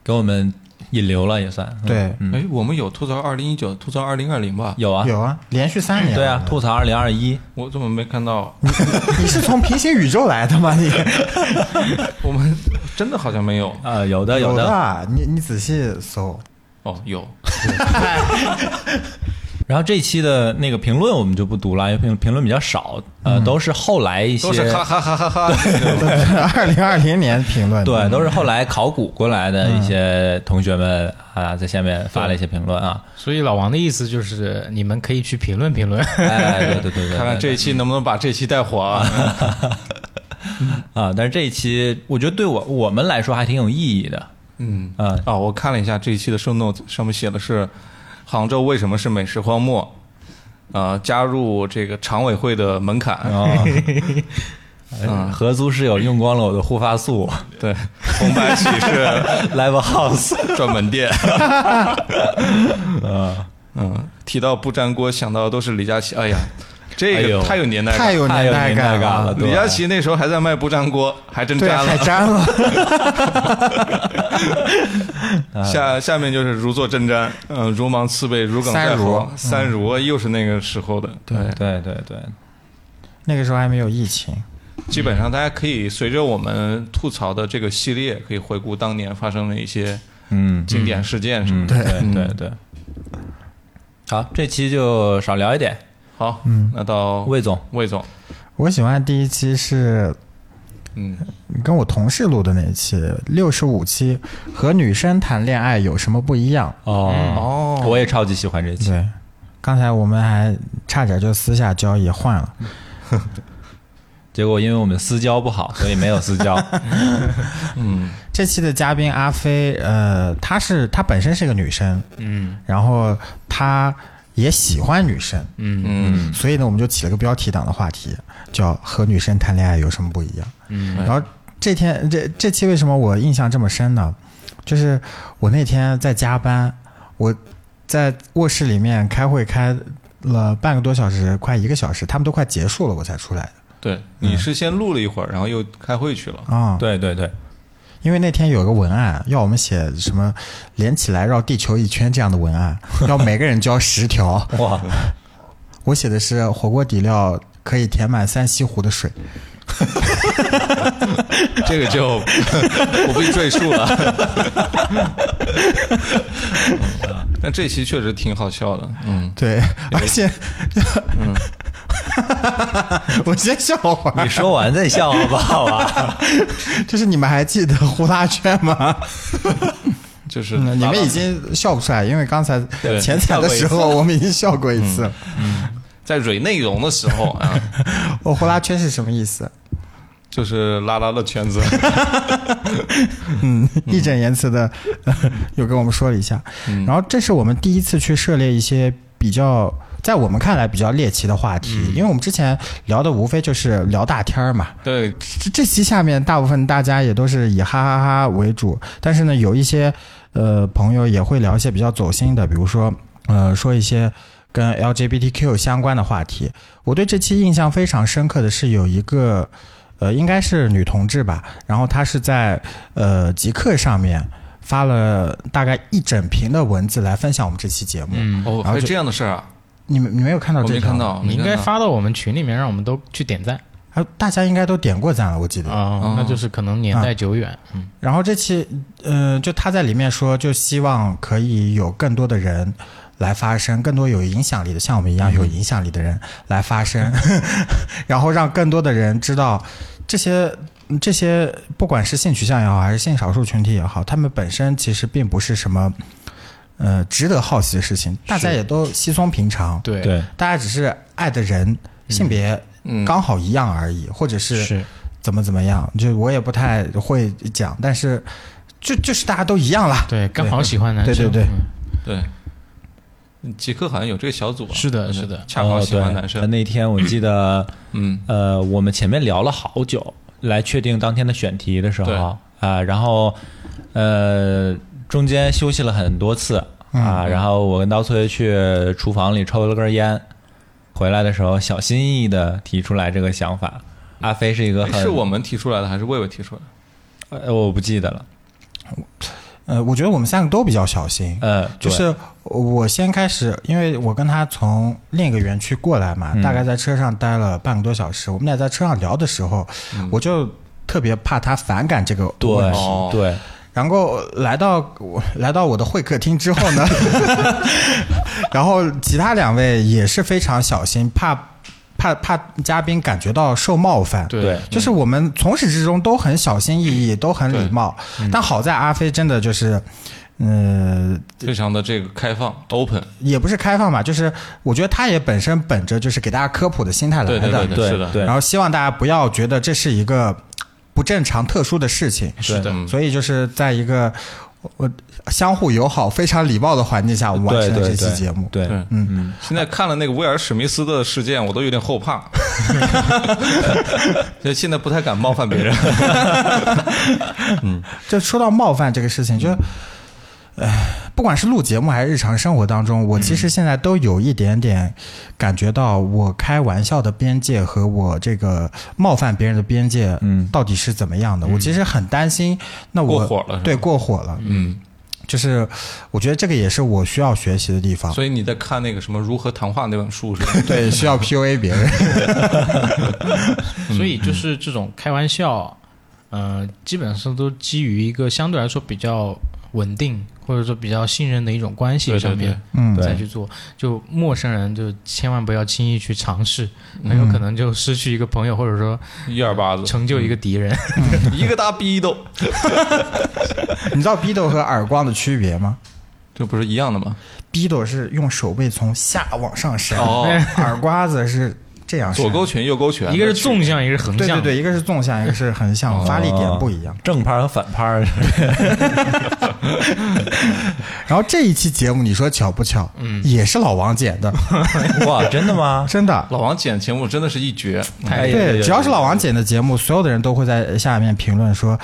C: 给我们引流了也算嗯
D: 对
A: 哎
C: 嗯，，
A: 我们有吐槽二零一九，吐槽二零二零吧？
C: 有啊
D: 有啊，连续三年。
C: 对啊，，吐槽二零二一，
A: 我怎么没看到？
D: 你是从平行宇宙来的吗？ 你
A: 我们真的好像没有
C: 呃，有的
D: 有
C: 的，
D: 的，啊你你仔细搜。
A: 哦，有
C: 然后这期的那个评论我们就不读了，因为评评论比较少，呃，都是后来一些
A: 都是哈哈哈哈 哈。那种
D: 二零二零年评论，
C: 对，都是后来考古过来的一些同学们啊，在下面发了一些评论啊，
B: 所以老王的意思就是，你们可以去评论评 论。
C: 哎，对对对对，
A: 看 看这一期能不能把这期带火啊？
C: 啊，但是这一期我觉得对我我们来说还挺有意义的，
A: 嗯
C: 嗯
A: 哦，我看了一下这一期的 show note，上面写的是杭州为什么是美食荒漠。啊，加入这个常委会的门槛，
C: 啊嗯，合租室友用光了我的护发素
A: 对， 红白喜事
C: ，Live House，
A: 专门店。
C: 啊
A: 嗯，提到不粘锅，想到的都是李佳琦。哎呀，
C: 哎
A: 这
C: 呦
A: 个太有年代
D: 太
A: 感了。
D: 有
C: 太有
D: 代
C: 年代感了
D: 了。
C: 对
A: 李佳琦那时候还在卖不粘锅，还真
D: 对，
A: 粘
D: 还
A: 了。
D: 粘了，
C: 哎
A: 下下面就是如坐针毡，嗯，如芒刺背，如鲠在喉。三如又是那个时候的，哎对，
C: 对对对，
D: 那个时候还没有疫情。
A: 基本上大家可以随着我们吐槽的这个系列，可以回顾当年发生的一些
C: 嗯
A: 经典事件什么
C: 嗯，
A: 的。
C: 对对对。好，这期就少聊一点，
A: 好，嗯，那到
C: 魏总，
A: 魏总，
D: 我喜欢第一期是
A: 嗯，
D: 跟我同事录的那一期六十五期，和女生谈恋爱有什么不一样？
C: 哦，
A: 哦，
C: 我也超级喜欢这期，
D: 对，刚才我们还差点就私下交易换了。
C: 结果因为我们私交不好，所以没有 私交。
A: 嗯，
D: 这期的嘉宾阿飞，呃，她是她本身是个女生，
B: 嗯
D: 然后她也喜欢女生，
B: 嗯
A: 嗯
D: 所以呢，我们就起了个标题党的话题，叫“和女生谈恋爱有什么不一样”。
B: 嗯
D: 然后这天这这期为什么我印象这么深呢？就是我那天在加班，我在卧室里面开会开了半个多小时，快一个小时，他们都快结束了，我才出来的
A: 对，你是先录了一会儿，然后又开会去了。
D: 啊。
C: 对对对，
D: 因为那天有个文案要我们写什么连起来绕地球一圈这样的文案，要每个人交十条。
C: 哇，
D: 我写的是火锅底料可以填满三西湖的水。
A: 这个就不必赘述了。嗯但这期确实挺好笑的，嗯，
D: 对，而且，嗯 我先笑会儿
C: 你。说完再笑好不好 啊？
D: 就是你们还记得呼啦圈吗？
A: 就是
D: 嗯你们已经笑不出来，因为刚才
C: 对
D: 前彩的时
C: 笑
D: 候我们已经笑过一次。
A: 在蕊内容的时候啊，
D: 我呼啦圈是什么意思？
A: 就是拉拉的圈子，
D: 嗯，义正言辞的 又跟我们说了一下。然后这是我们第一次去涉猎一些比较。在我们看来比较猎奇的话题，因为我们之前聊的无非就是聊大天儿嘛。
A: 对，
D: 这这期下面大部分大家也都是以哈哈哈为主，但是呢，有一些呃朋友也会聊一些比较走心的，比如说呃说一些跟 LGBTQ 相关的话题。我对这期印象非常深刻的是有一个呃应该是女同志吧，然后她是在呃极客上面发了大概一整屏的文字来分享我们这期节目。
B: 嗯，
A: 哦，
D: 然
A: 还
D: 后
A: 有
D: 就
A: 这样的事儿啊，
D: 你们你没有看到
A: 我
D: 这
A: 没
D: 条
A: 看到，
B: 你
A: 没
B: 应该
A: 看到，
B: 发到我们群里面，让我们都去点赞
D: 啊？大家应该都点过赞了，我记得。
B: 啊，那就是可能年代久远，嗯
D: 然后这期，呃，就他在里面说，就希望可以有更多的人来发声，更多有影响力的，像我们一样有影响力的人来发声， 然后让更多的人知道这些这些，不管是性取向也好，还是性少数群体也好，他们本身其实并不是什么，呃，值得好奇的事情，大家也都稀松平常，
B: 对
C: 对，
D: 大家只是爱的人性别
A: 嗯，
D: 刚好一样而已，或者是
B: 是
D: 怎么怎么样，就我也不太会讲，但是就就是大家都一样啦。
B: 对，刚好喜欢男
D: 对
B: 生，
D: 对对
B: 嗯
A: 对，极客好像有这个小组啊，
B: 是的
A: 嗯
B: 是的
A: 恰好喜
C: 哦
A: 欢
C: 对
A: 男
C: 他
A: 生，
C: 那天我记得，
A: 嗯，
C: 呃，我们前面聊了好久，来确定当天的选题的时候
A: 对
C: 啊、然后呃中间休息了很多次啊、
D: 嗯
C: 然后我跟刀崔去厨房里抽了根烟，回来的时候小心翼翼的提出来这个想法。阿飞是一个
A: 哎
C: 很
A: 是我们提出来的还是魏魏提出来的？
C: 呃，我不记得了，
D: 呃，我觉得我们三个都比较小心，
C: 呃，对
D: 就是我先开始，因为我跟他从另一个园区过来嘛，
C: 嗯
D: 大概在车上待了半个多小时，我们俩在车上聊的时候，我就特别怕他反感这个问
C: 嗯对、
D: 题。
A: 哦
C: 对，
D: 然后来到我来到我的会客厅之后 呢， 然后其他两位也是非常小心，怕怕怕嘉宾感觉到受冒犯。
B: 对
C: 对
D: 就是我们从始至终都很小心翼翼，都很礼貌。但好在阿飞真的就是，嗯、
A: 非常的这个开放 open，
D: 也不是开放吧，就是我觉得他也本身本着就是给大家科普的心态来
A: 对
D: 的，
A: 对对
C: 对
A: 是的
C: 对
D: 然后希望大家不要觉得这是一个不正常、特殊的事情。
C: 是
A: 的嗯
D: 所以就是在一个我相互友好、非常礼貌的环境下，我们完
C: 对
D: 成了
C: 对
D: 这期
C: 对
D: 节目。
C: 对
A: 对，
D: 嗯，
A: 现在看了那个威尔史密斯的事件，我都有点后 怕，所以现在不太敢冒犯别人。
D: 就说到冒犯这个事情，就。唉，不管是录节目还是日常生活当中，我其实现在都有一点点感觉到，我开玩笑的边界和我这个冒犯别人的边界，
C: 嗯
D: 到底是怎么样的？我其实很担心，那我
A: 嗯过火了是吧
D: 对，过火了，
A: 嗯，
D: 就是我觉得这个也是我需要学习的地方，
A: 所以你在看那个什么《如何谈话》那本书是 吧？
D: 对，需要 PUA 别 人，
B: 嗯所以就是这种开玩笑，呃，基本上都基于一个相对来说比较稳定或者说比较信任的一种关系
A: 对对
B: 上面
D: 嗯，
B: 再去做。就陌生人就千万不要轻易去尝试，很有可能就失去一个朋友，或者说
A: 一耳巴子，
B: 成就一个敌人。
A: 一个大逼斗，
D: 你知道逼斗和耳光的区别吗？
A: 这不是一样的吗？
D: 逼斗是用手背从下往上伸，
A: 哦，
D: 耳刮子是这样伸
A: 左勾拳，右勾拳，
B: 一个是纵向，一个是横
D: 对
B: 向。
D: 对对，一个是纵向，一个是横
A: 哦
D: 向，发力点不一样。
C: 正拍和反拍，
D: 然后这一期节目，你说巧不巧？嗯，也是老王剪 的，
C: 哇，真的吗？
D: 真的。
A: 老王剪节目真的是一 绝，
C: 哎呀
D: 对，只要是老王剪的节目，所有的人都会在下面评论说，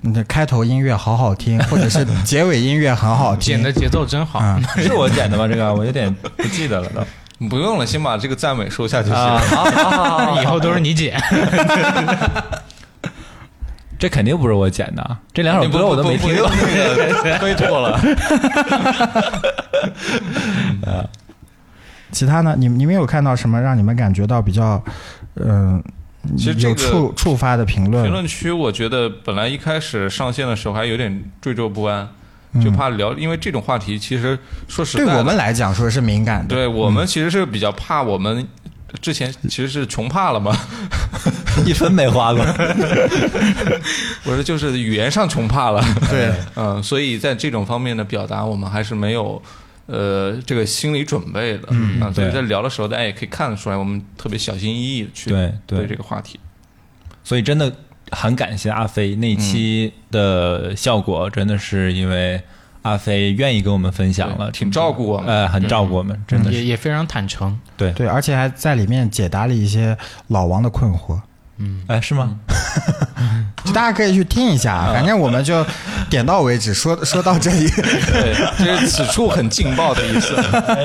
D: 你的开头音乐好好听，或者是结尾音乐很好听。
B: 剪的节奏真好，
D: 嗯
C: 是我剪的吗？这个我有点不记得了都。
A: 不用了，先把这个赞美收下就行。
B: 以后都是你剪。
C: 这肯定不是我剪的，啊！这两
A: 不
C: 首歌我都没听
A: 过，
C: 过。
A: 不那个推脱了。
D: 其他呢？你你们有看到什么让你们感觉到比较，嗯、
A: 其实这
D: 有
A: 个
D: 触触发的评论？
A: 评论区，我觉得本来一开始上线的时候还有点惴惴不安，就怕聊，因为这种话题其实说实在
D: 对
A: 的，
D: 我们来讲说是敏感的，
A: 对我们其实是比较怕我们。之前其实是穷怕了嘛，
C: 一分没 花过。
A: 我说就是语言上穷怕了，
D: 对，
A: 嗯，所以在这种方面的表达，我们还是没有呃这个心理准备的，嗯啊，所以
C: 对
A: 在聊的时候，大家也可以看得出来，我们特别小心翼翼的去
C: 对对
A: 对这个话题，
C: 所以真的很感谢阿飞那一
A: 嗯
C: 期的效果，真的是因为阿飞愿意跟我们分享了，
A: 挺照顾我们。
C: 呃，很照顾我们，真的
B: 也
C: 是
B: 也非常坦诚，
C: 对。
D: 对，而且还在里面解答了一些老王的困惑，
A: 嗯
C: 哎，是吗？
D: 就大家可以去听一下啊，反正我们就点到为止，说说到这里。
A: 对，这是此处很劲爆的意思。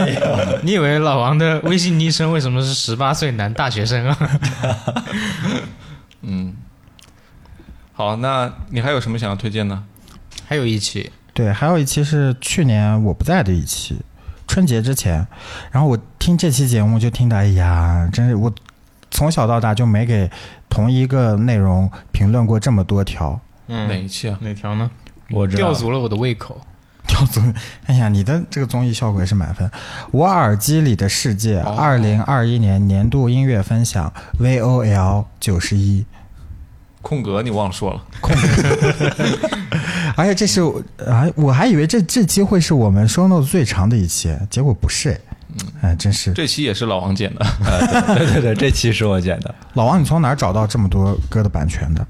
B: 你以为老王的微信昵称为什么是十八岁男大学生啊？
A: 嗯，好，那你还有什么想要推荐的？
B: 还有一期，
D: 对，还有一期是去年我不在的一期，春节之前，然后我听这期节目就听的，哎呀，真是我从小到大就没给同一个内容评论过这么多条，
B: 嗯
A: 哪一期啊？
B: 哪条呢？
C: 我知道
B: 吊足了我的胃口。
D: 刁总，哎呀，你的这个综艺效果也是满分。我耳机里的世界，
A: 哦
D: 二零二一年年度音乐分享 VOL 九十一，
A: 空格你忘了说了，
D: 而且这是啊，我还以为这这期会是我们 show notes 最长的一期，结果不是，
C: 嗯
D: 哎，真是。
A: 这期也是老王剪的。
C: 呃 对对对对，这期是我剪 的。
D: 老王，你从哪儿找到这么多歌的版权的？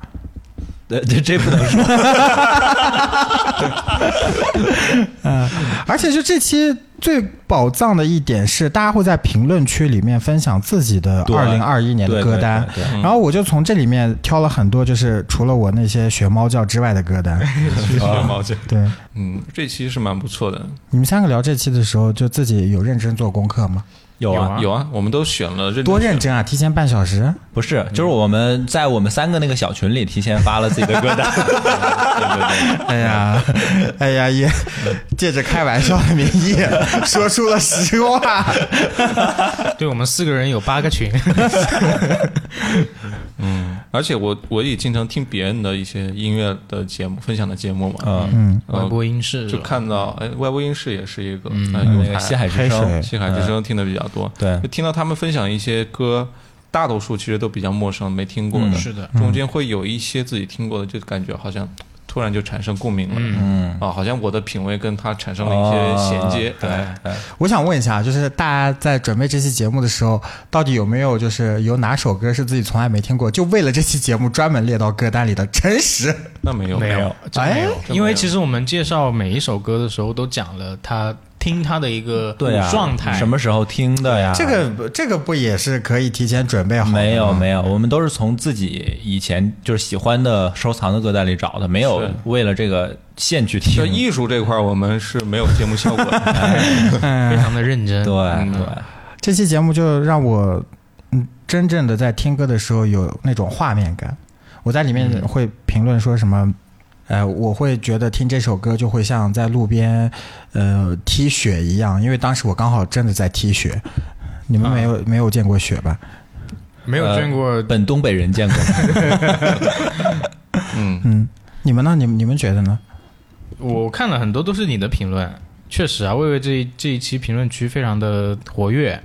C: 呃，这这不能说，
D: 而且就这期最宝藏的一点是，大家会在评论区里面分享自己的
C: 对
D: 二零二一年的歌单
C: 对对对嗯
A: 对
D: 然后我就从这里面挑了很多，就是除了我那些学猫叫之外的 歌单。
A: 毛剪。
D: 对，
A: 嗯，这期是蛮不错的。
D: 你们三个聊这期的时候，就自己有认真做功课吗？
C: 有啊，
A: 有啊，我们都选了认
D: 多认
A: 选
D: 真啊！提前半小时，
C: 不是，
A: 嗯
C: 就是我们在我们三个那个小群里提前发了自己的歌 单，
D: 哎呀，哎呀，也
C: 嗯
D: 借着开玩笑的名 义说出了实话。
B: 对我们四个人有八个群，
A: 而且我我也经常听别人的一些音乐的节目分享的节目嘛，
C: 嗯，
D: 嗯，
B: 外
A: 呃，
B: 播音室
A: 就看到哎，外播音室也是一个，嗯，
C: 那
A: 有
C: 个西
A: 台
C: 海之
D: 黑
C: 声嗯
D: 水，
A: 西海之声听的比较多，
C: 对
A: 就听到他们分享一些歌，大多数其实都比较陌生，没听过的，
B: 是的，
A: 中间会有一些自己听过的，就感觉好像突然就产生共鸣了，嗯啊，好像我的品味跟他产生了一些衔接
C: 哦，对
A: 哎
C: 对
D: 我想问一下，就是大家在准备这期节目的时候，到底有没有就是有哪首歌是自己从来没听过，就为了这期节目专门列到歌单里的？诚实，
A: 那没有
B: 没有，，真没有
A: 哎，
B: 因为其实我们介绍每一首歌的时候都讲了他听他的一个
C: 对啊，
B: 状态，
C: 什么时候听的呀？
D: 这个这个不也是可以提前准备好的吗？
C: 啊没有没有，我们都是从自己以前就是喜欢的收藏的歌单里找的，没有
A: 是
C: 为了这个线去听
A: 就。艺术这块儿我们是没有节目效果的，
B: 非常的认真 嗯
C: 对。
A: 嗯
C: 对，
D: 这期节目就让我嗯真正的在听歌的时候有那种画面感。我在里面
C: 嗯
D: 会评论说什么，呃，我会觉得听这首歌就会像在路边呃踢雪一样，因为当时我刚好真的在踢雪。你们没有、
C: 啊
D: 没有见过雪吧？
B: 没有见过
C: 本东北人 见过。
A: 嗯，
D: 嗯嗯，你们呢？你们你们觉得呢？
B: 我看了很多都是你的评论，确实啊，魏魏这一这一期评论区非常的活跃，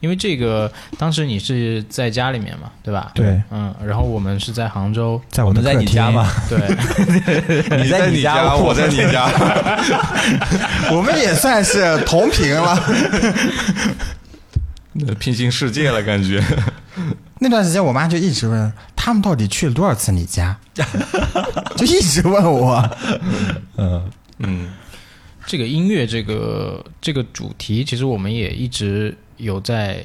B: 因为这个当时你是在家里面嘛，对吧？
D: 对，
B: 嗯，然后我们是在杭州，哎
D: 在
C: 我
D: 的
C: 们在
D: 客
C: 你
D: 厅
C: 家嘛，，
B: 对，
A: 你
C: 在
A: 你
C: 你家
A: 家，
C: 我
A: 我在你家，
D: 我们也算是同频了。
A: 平行世界了感觉。
D: 那段时间，我妈就一直问他们到底去了多少次你家， 就一直问我。
C: 嗯，
A: 嗯，
B: 这个音乐这个这个主题，其实我们也一直有在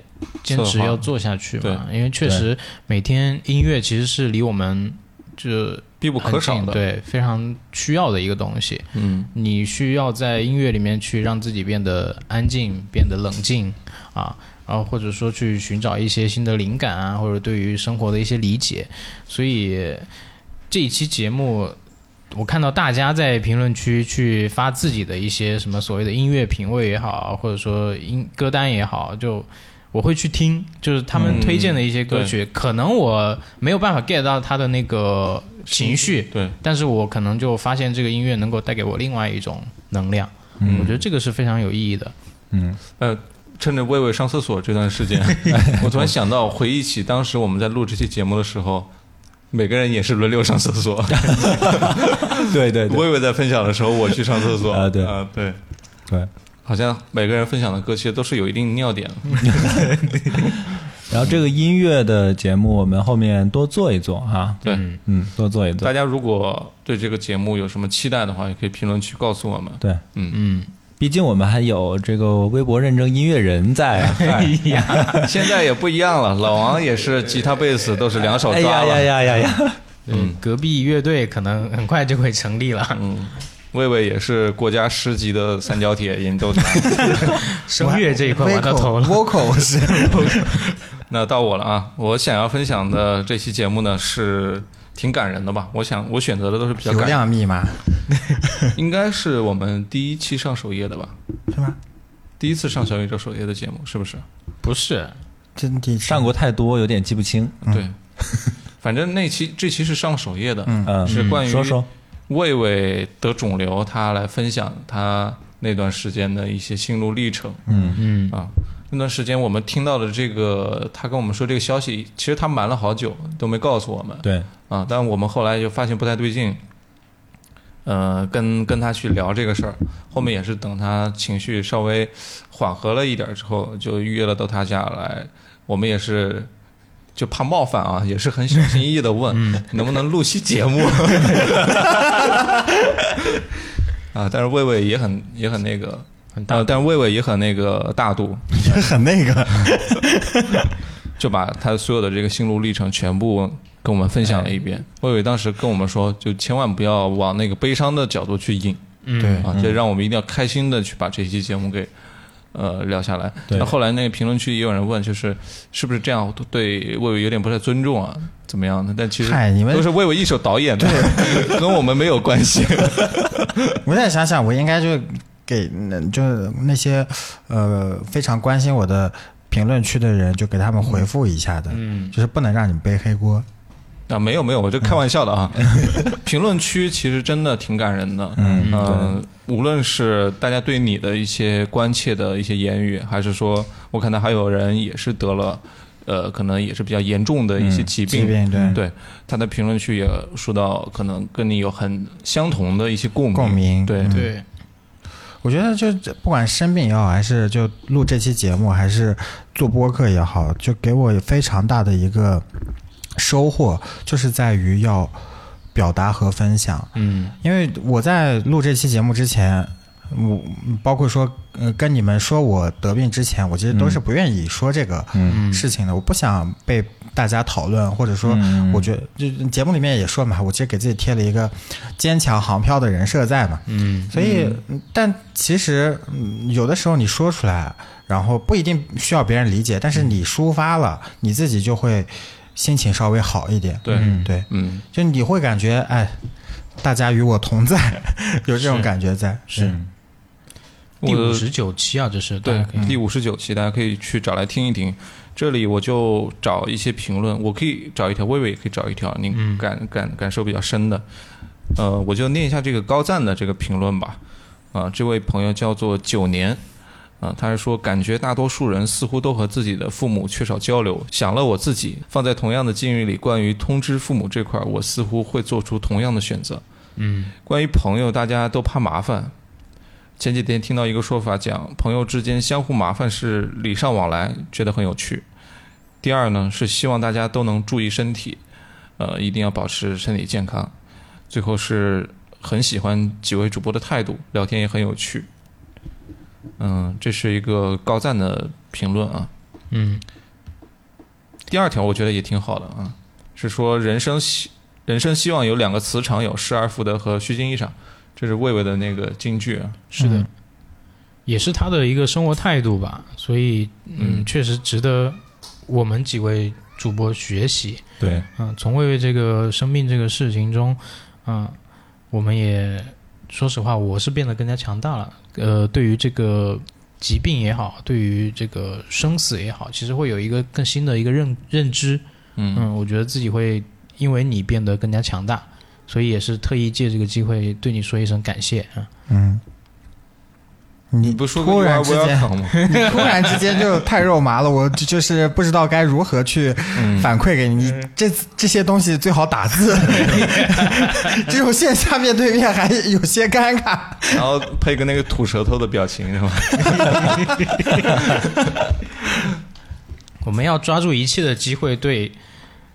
B: 坚持
A: 策划
B: 要做下去嘛，因为确实每天音乐其实是离我们这
A: 必不可少的。，
B: 对非常需要的一个东西。
A: 嗯，
B: 你需要在音乐里面去让自己变得安静，变得冷静啊，然后或者说去寻找一些新的灵感啊，或者对于生活的一些理解。所以这一期节目，我看到大家在评论区去发自己的一些什么所谓的音乐品味也好，或者说音歌单也好，就。我会去听，就是他们
A: 嗯
B: 推荐的一些歌曲，可能我没有办法 get 到他的那个情绪，
A: 对，
B: 但是我可能就发现这个音乐能够带给我另外一种能量，
A: 嗯
B: 我觉得这个是非常有意义的。
A: 呃，趁着魏魏上厕所这段时间，我突然想到，回忆起当时我们在录这期节目的时候，每个人也是轮流上厕所。
C: 对对 对
A: 魏魏在分享的时候，我去上厕所。
C: 啊对
A: 啊，对，
C: 对。
A: 好像每个人分享的歌其实都是有一定尿点。
C: 然后这个音乐的节目，我们后面多做一做哈，
A: 对，
C: 嗯，多做一做
A: 大。家如果对这个节目有什么期待的话，也可以评论区告诉我们。
C: 对，
B: 嗯，
C: 毕竟我们还有这个微博认证音乐人在。哎
A: 现在也不一样了，老王也是吉他、贝斯都是两手
C: 哎
A: 抓
C: 呀
A: 了。
C: 呀呀呀呀！
B: 嗯，隔壁乐队可能很快就会成立了，
A: 嗯，魏魏也是国家十级的三角铁演奏家。
B: 声乐这一块玩到
D: vocal
B: 头了。
D: vocal 是
A: 那到我了啊！我想要分享的这期节目呢是挺感人的吧？我想我选择的都是比较
D: 流
A: 感人，
D: 量密码
A: 应该是我们第一期上首页的吧？
D: 是吗？
A: 第一次上小宇宙首页的节目是不是？
B: 不是，
D: 真的
C: 上过太多，有点记不清。
A: 对， 反正那期这期是上首页的，
C: 嗯，
A: 是关于
C: 说说。
A: 魏魏得肿瘤，他来分享他那段时间的一些心路历程。
C: 嗯
B: 嗯
A: 啊，那段时间我们听到的这个，他跟我们说这个消息，其实他瞒了好久都没告诉我们，
C: 对，
A: 啊，但我们后来就发现不太对劲，呃，跟跟他去聊这个事儿，后面也是等他情绪稍微缓和了一点儿之后，就约了到他家来，我们也是。就怕冒犯啊，也是很小心翼翼的问，
B: 嗯
A: 能不能录期节目 啊？但是魏魏也很也很那个，
B: 很大
A: 呃，但是魏魏也很那个大度，
D: 很那个，
A: 就把他所有的这个心路历程全部跟我们分享了一
D: 哎
A: 遍。魏伟当时跟我们说，就千万不要往那个悲伤的角度去引
B: 嗯
D: 对，
A: 啊，这让我们一定要开心的去把这期节目给呃聊下来。
C: 对
A: 那后来那个评论区也有人问，就是是不是这样对魏伟有点不太尊重啊？怎么样的？但其实
D: 嗨你们
A: 都是魏伟一手导演的， 跟我们没有关 系。
D: 我再想想，我应该就给嗯就是那些呃非常关心我的评论区的人，就给他们回复一下的，
B: 嗯
D: 就是不能让你背黑锅。
A: 啊，没有没有，我这开玩笑的 啊。评论区其实真的挺感人的，
C: 嗯
A: 呃无论是大家对你的一些关切的一些言语，还是说我看到还有人也是得了，呃，可能也是比较严重的一些疾病，
D: 疾病对
A: 对，他在评论区也说到，可能跟你有很相同的一些共鸣，
D: 共鸣嗯
A: 对，
B: 对，
D: 我觉得就这不管生病也好，还是就录这期节目，还是做播客也好，就给我非常大的一个收获，就是在于要表达和分享。
B: 嗯
D: 因为我在录这期节目之前，我包括说呃跟你们说我得病之前，我其实都是不愿意说这个
B: 嗯
D: 事情的，我不想被大家讨论，或者说
C: 嗯
D: 我觉得就节目里面也说嘛，我其实给自己贴了一个坚强航漂的人设在嘛，
B: 嗯
D: 所以，但其实嗯有的时候你说出来，然后不一定需要别人理解，但
A: 嗯
D: 是你抒发了，你自己就会心情稍微好一点。
A: 对
B: 嗯
D: 对，
A: 嗯，
D: 就你会感觉哎，大家与我同在， 有这种感觉在。
B: 是
C: 嗯
B: 第
A: 我
B: 五十九期啊，这是大
A: 对
B: 家可以，
A: 第五十九期，大家可以去找来听一听。这里我就
B: 嗯
A: 找一些评论，我可以找一条，薇薇也可以找一条，你感、感感受比较深的。呃，我就念一下这个高赞的这个评论吧。啊、这位朋友叫做九年，啊、他是说感觉大多数人似乎都和自己的父母缺少交流。想了我自己，放在同样的境遇里，关于通知父母这块儿，我似乎会做出同样的选择。嗯，关于朋友，大家都怕麻烦。前几天听到一个说法讲，朋友之间相互麻烦是礼尚往来，觉得很有趣。第二呢，是希望大家都能注意身体，呃，一定要保持身体健康。最后是很喜欢几位主播的态度，聊天也很有趣。嗯，这是一个高赞的评论啊。
B: 嗯
A: 第二条我觉得也挺好的啊，是说人生希人生希望有两个词常有，失而复得和虚惊一场，这是魏魏的那个金句啊。
B: 是的
D: 嗯，
B: 也是他的一个生活态度吧，所以嗯，
A: 嗯
B: 确实值得我们几位主播学习。
C: 对，
B: 嗯，从魏魏这个生病这个事情中，嗯，我们也说实话，我是变得更加强大了。呃，对于这个疾病也好，对于这个生死也好，其实会有一个更新的一个认认知。
A: 嗯
B: 嗯，我觉得自己会因为你变得更加强大，所以也是特意借这个机会对你说一声感谢啊。
D: 嗯，你
A: 你嗯不是说过
D: 突
A: you
D: 然
A: are
D: 之间，
A: welcome 吗？
D: 你突然之间就太肉麻了，我就就是不知道该如何去
A: 嗯，
D: 反馈给你。你这这些东西最好打字， 这种线下面对面还有些尴尬。
A: 然后配个那个吐舌头的表情是吧？
B: 我们要抓住一切的机会，对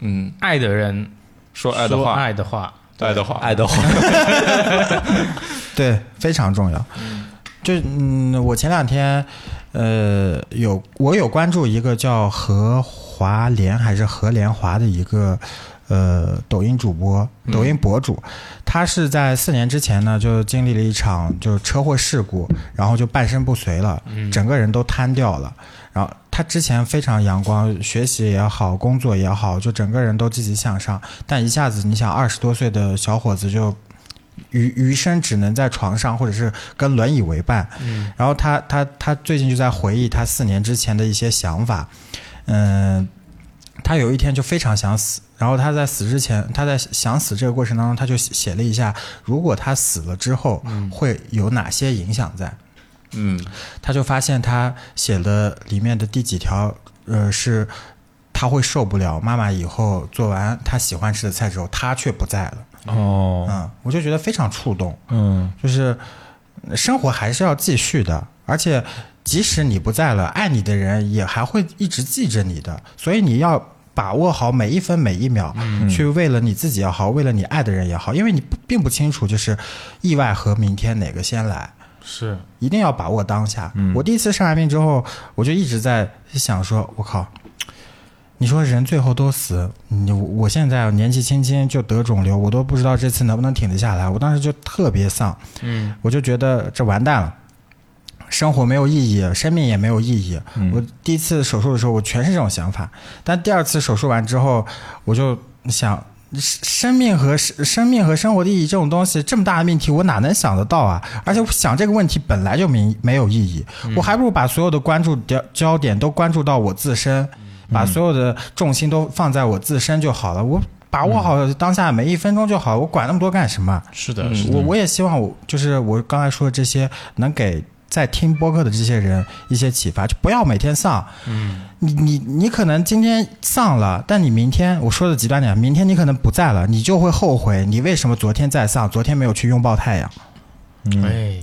A: 嗯，
B: 爱的人
A: 说爱的
B: 说
A: 话，
B: 爱的话。
A: 爱的话，
C: 爱的话，
D: 对，非常重要。就嗯，我前两天呃有我有关注一个叫何华莲还是何莲华的一个呃抖音主播、抖音博主，他是在四年之前呢就经历了一场就是车祸事故，然后就半身不遂了，整个人都瘫掉了。然后他之前非常阳光，学习也好，工作也好，就整个人都积极向上。但一下子，你想二十多岁的小伙子就余余生只能在床上，或者是跟轮椅为伴。嗯、然后他他他最近就在回忆他四年之前的一些想法，嗯，他有一天就非常想死。然后他在死之前，他在想死这个过程当中，他就写写了一下，如果他死了之后会有哪些影响在。
A: 嗯
D: 他就发现他写的里面的第几条，呃，是他会受不了妈妈以后做完他喜欢吃的菜之后，他却不在了。
C: 哦，
D: 嗯，我就觉得非常触动，
C: 嗯，
D: 就是呃生活还是要继续的，而且即使你不在了，爱你的人也还会一直记着你的，所以你要。把握好每一分每一秒，去为了你自己也好，为了你爱的人也好，因为你不并不清楚就是意外和明天哪个先来，
B: 是，
D: 一定要把握当下。我第一次生完病之后，我就一直在想说，我靠，你说人最后都死，你我我现在年纪轻轻就得肿瘤，我都不知道这次能不能挺得下来。我当时就特别丧，
B: 嗯，
D: 我就觉得这完蛋了。生活没有意义，生命也没有意义。我第一次手术的时候，我全是这种想法。但第二次手术完之后，我就想，生生命和生命和生活的意义这种东西，这么大的命题，我哪能想得到啊？而且我想这个问题本来就没没有意义，我还不如把所有的关注焦焦点都关注到我自身，把所有的重心都放在我自身就好了。我把握好当下每一分钟就好，我管那么多干什么？
B: 是的，
A: 嗯
B: 是的
D: 我我也希望我就是我刚才说的这些，能给在听播客的这些人一些启发，就不要每天丧。嗯，你你你可能今天丧了，但你明天我说的极端点，明天你可能不在了，你就会后悔你为什么昨天在丧，昨天没有去拥抱太阳。
C: 嗯
B: 哎，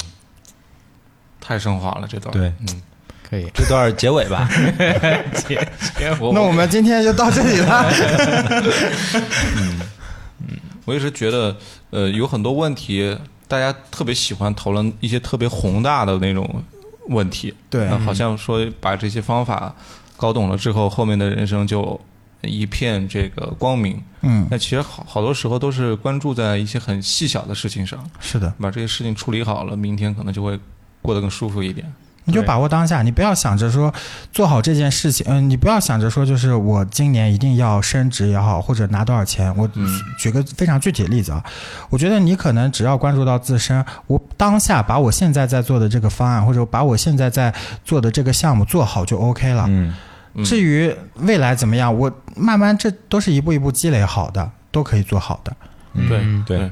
A: 太升华了这段。
C: 对
A: 嗯，
B: 可以，
C: 这段结尾吧，
A: 我
D: 那我们今天就到这里了。
A: 我一直觉得，呃，有很多问题，大家特别喜欢讨论一些特别宏大的那种问题，
D: 对
A: 呃好像说把这些方法搞懂了之后，后面的人生就一片这个光明。
D: 嗯，
A: 那其实好好多时候都是关注在一些很细小的事情上，
D: 是的，
A: 把这些事情处理好了，明天可能就会过得更舒服一点。
D: 你就把握当下，你不要想着说做好这件事情，嗯、你不要想着说就是我今年一定要升职也好，或者拿多少钱。我举个非常具体的例子啊，我觉得你可能只要关注到自身，我当下把我现在在做的这个方案，或者把我现在在做的这个项目做好就 OK 了。
C: 嗯，
A: 嗯
D: 至于未来怎么样，我慢慢这都是一步一步积累好的，都可以做好的。
A: 嗯
B: 对，
C: 对，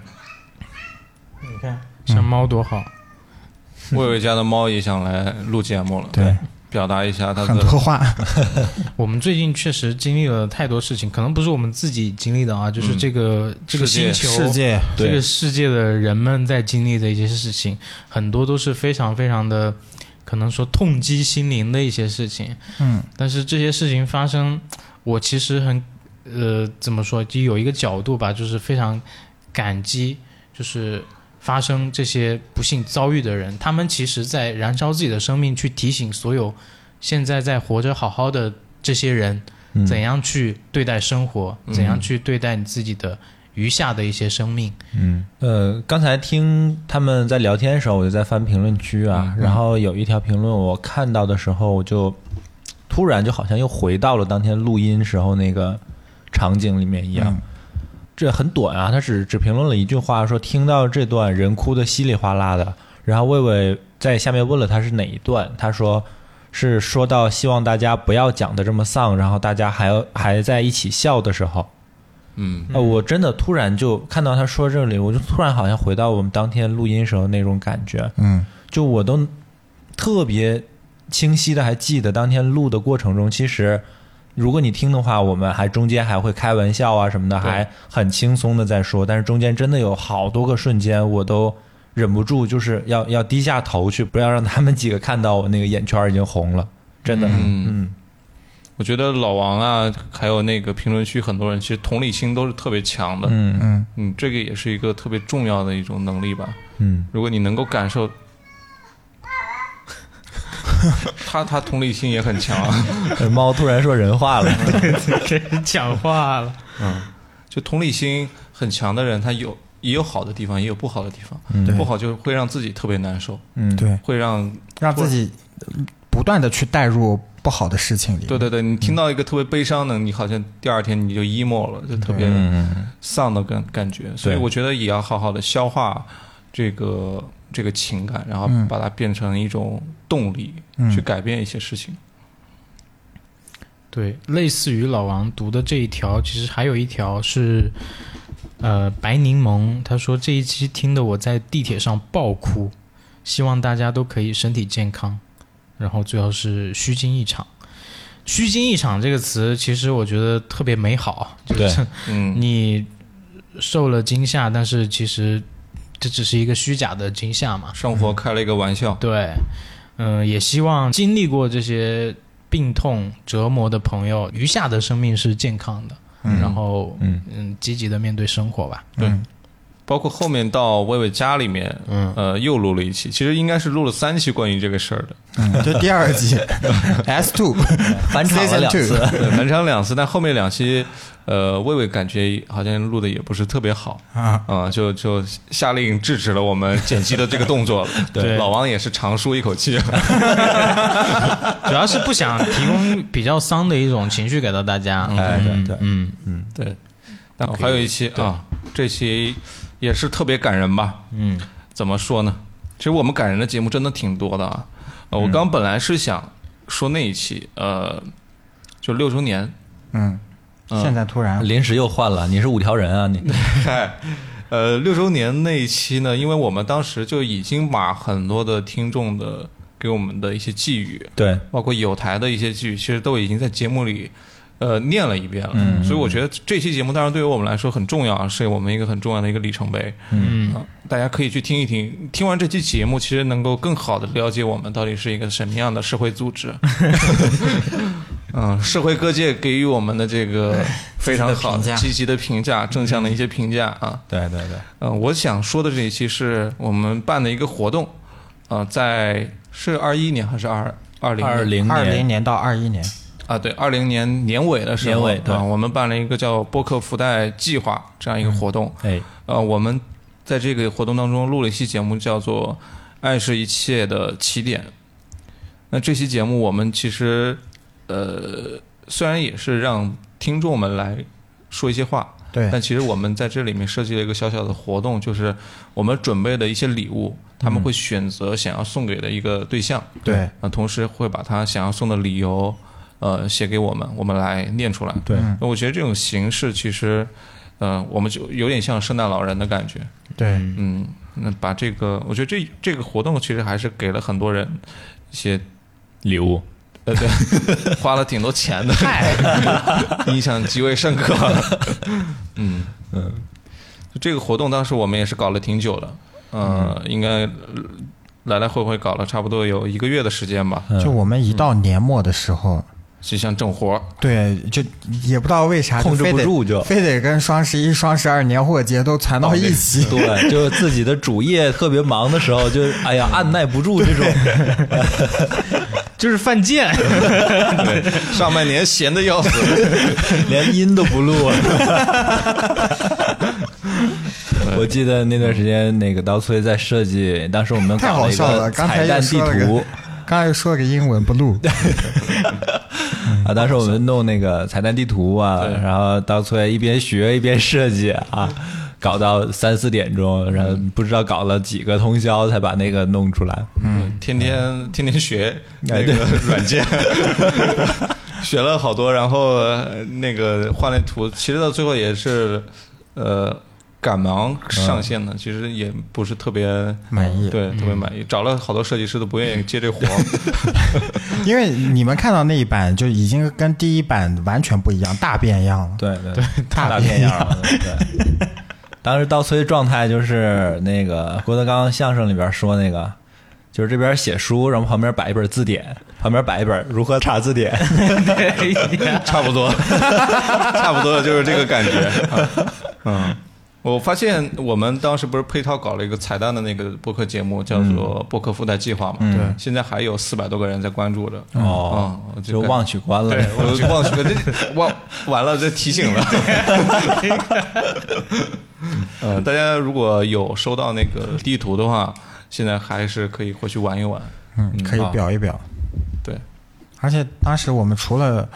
D: 看，
B: 像猫多好，
A: 魏伟家的猫也想来录节目了，
D: 对，
A: 表达一下他
D: 很
A: 的
D: 多话，
B: 我们最近确实经历了太多事情，可能不是我们自己经历的啊，就是这个、这个
A: 世界
B: 星球
D: 世界
C: 对
B: 这个世界的人们在经历的一些事情，很多都是非常非常的，可能说痛击心灵的一些事情。
D: 嗯，
B: 但是这些事情发生，我其实很，呃，怎么说，就有一个角度吧，就是非常感激，就是发生这些不幸遭遇的人，他们其实在燃烧自己的生命，去提醒所有现在在活着好好的这些人，
C: 嗯
B: 怎样去对待生活，
A: 嗯
B: 怎样去对待你自己的余下的一些生命。
C: 嗯，呃，刚才听他们在聊天的时候，我就在翻评论区啊，然后有一条评论我看到的时候，我就突然就好像又回到了当天录音时候那个场景里面一样。
D: 嗯
C: 这很短啊，他只只评论了一句话，说听到这段人哭的稀里哗啦的。然后魏魏在下面问了他是哪一段，他说是说到希望大家不要讲的这么丧，然后大家还要还在一起笑的时候，
A: 嗯
C: 啊，我真的突然就看到他说这里，我就突然好像回到我们当天录音时候那种感觉，
D: 嗯
C: 就我都特别清晰的还记得当天录的过程中，其实如果你听的话，我们还中间还会开玩笑啊什么的，
B: 对
C: 还很轻松的在说，但是中间真的有好多个瞬间，我都忍不住就是要要低下头去，不要让他们几个看到我那个眼圈已经红了，真的，
A: 嗯，
C: 嗯
A: 我觉得老王啊，还有那个评论区很多人，其实同理心都是特别强的。
C: 嗯
D: 嗯，
A: 嗯，这个也是一个特别重要的一种能力吧。
C: 嗯
A: 如果你能够感受， 他他同理心也很强啊。
C: 嗯，猫突然说人话了，
B: 开始 讲话了。
A: 就同理心很强的人，他有也有好的地方，也有不好的地方。
C: 嗯
A: 不好就会让自己特别难受，
C: 嗯，
D: 对，
A: 会让
D: 让自己嗯不断的去带入不好的事情里，
A: 对对对，你听到一个特别悲伤的，你好像第二天你就 emo 了，就特别
C: 嗯
A: 丧的感感觉。所以我觉得也要好好的消化这个这个情感，然后
D: 嗯
A: 把它变成一种动力，
D: 嗯
A: 去改变一些事情。
B: 对，类似于老王读的这一条，其实还有一条是，呃，白柠檬他说这一期听的我在地铁上爆哭，希望大家都可以身体健康，然后最后是虚惊一场。虚惊一场这个词，其实我觉得特别美好，就是
C: 对
A: 嗯
B: 你受了惊吓，但是其实这只是一个虚假的惊吓嘛，
A: 生活开了一个玩笑，
B: 对，嗯、也希望经历过这些病痛折磨的朋友，余下的生命是健康的，
D: 嗯
B: 然后
C: 嗯
B: 嗯，积极的面对生活吧。
A: 对
D: 嗯
A: 包括后面到薇薇家里面，
B: 嗯
A: 呃，又录了一期，其实应该是录了三期关于这个事儿的，
D: 嗯，就第二季 S two
C: 返场了两
D: Season
C: 次
D: two
A: 对，返场两次，但后面两期，呃，魏魏感觉好像录的也不是特别好
D: 啊，
A: 啊、就就下令制止了我们剪辑的这个动作了。
B: 对
A: 老王也是长舒一口气。
B: 主要是不想提供比较丧的一种情绪给到大家。
C: 哎对对
B: 嗯，
A: 对，那还有一期啊，这期也是特别感人吧？嗯，怎么说呢？其实我们感人的节目真的挺多的啊。呃我刚本来是想说那一期，呃，就六周 年，
D: 嗯，
A: 嗯
D: 现在突然
C: 临时又换了，你是五条人啊你？
A: 嗨，呃，六周年那一期呢，因为我们当时就已经把很多的听众的给我们的一些寄语，
C: 对，
A: 包括有台的一些寄语，其实都已经在节目里。呃，念了一遍了，
C: 嗯
A: 所以我觉得这期节目当然对于我们来说很重要，是我们一个很重要的一个里程碑。
B: 嗯
A: 啊，大家可以去听一听，听完这期节目，其实能够更好的了解我们到底是一个什么样的社会组织。嗯，社会各界给予我们的这个非常好
D: 积
A: 的、积极
D: 极的评价
A: 的评价、正向的一些评价啊。
C: 对对对，
A: 嗯、我想说的这一期是我们办的一个活动，啊，在是二一年还是二二零
C: 二零
D: 二零年到二一年，
A: 啊，对，二零年年尾的时候，
C: 年尾对
A: 啊，我们办了一个叫播客福袋计划这样一个活动。
C: 哎，
A: 呃，我们在这个活动当中录了一期节目，叫做《爱是一切的起点》。那这期节目我们其实，呃，虽然也是让听众们来说一些话，
D: 对，
A: 但其实我们在这里面设计了一个小小的活动，就是我们准备的一些礼物，他
C: 嗯
A: 们会选择想要送给的一个对象，
D: 对，
A: 那同时会把他想要送的理由，呃，写给我们，我们来念出来。
D: 嗯
C: 对
A: 那我觉得这种形式其实，嗯，我们就有点像圣诞老人的感觉，
D: 对，
A: 嗯，那把这个，我觉得这这个活动其实还是给了很多人一些，
C: 礼物，
A: 呃，对，花了挺多钱的， 印象极为深刻。 嗯
C: 嗯，
A: 就这个活动当时我们也是搞了挺久的，呃，应该呃来来回回搞了差不多有一个月的时间吧，
C: 嗯
D: 就我们一到年末的时候，
A: 就像正活儿。
D: 对，就也不知道为啥就
C: 控制
D: 非
C: 不
D: 得
C: 住就
D: 非得跟双十一、双十二年货节都攒到一
C: 哦
D: 起。
C: 对，就自己的主业特别忙的时候， 就哎呀按耐不住这种，
B: 就是犯贱。
A: 对，上半年闲的要死。
C: 连音都不录。啊 我记得那段时间，那个刀崔在设计，当时我们
D: 太
C: 搞
D: 好
C: 一
D: 笑
C: 个
D: 了，刚才
C: 彩
D: 又
C: 蛋地
D: 说了
C: 图
D: 个， 刚才又说了个英文不录，
C: 啊，当时我们弄那个彩蛋地图啊，然后刀崔一边学一边设计啊，搞到三四点钟，然后不知道搞了几个通宵才把那个弄出来。
A: 嗯，天天天天学那
C: 哎
A: 个
C: 对
A: 软件，学了好多，然后呃那个画那图，其实到最后也是，呃，赶忙上线的，其实也不是特别
D: 满意
A: 对，特别满意，找了好多设计师都不愿意接这活儿，
D: 因为你们看到那一版就已经跟第一版完全不一样，大变样了。
C: 对对对，
D: 大
C: 大
D: 变
C: 变样儿了。对，当时刀崔状态就是那个郭德纲相声里边说那个，就是这边写书，然后旁边摆一本字典，旁边摆一本如何查字典。
A: 差不多，差不多就是这个感觉。嗯，我发现我们当时不是配套搞了一个彩蛋的那个播客节目，叫做播客附带计划嘛，对、现在还有四百多个人在关注着。
C: 哦
A: 嗯，我
C: 就
A: 感
C: 忘取关了。
A: 我忘记了，这忘完了，这提醒了。 呃，大家如果有收到那个地图的话，现在还是可以回去玩一玩。
D: 嗯，可以
A: 啊
D: 表一表。
A: 对，
D: 而且当时我们除了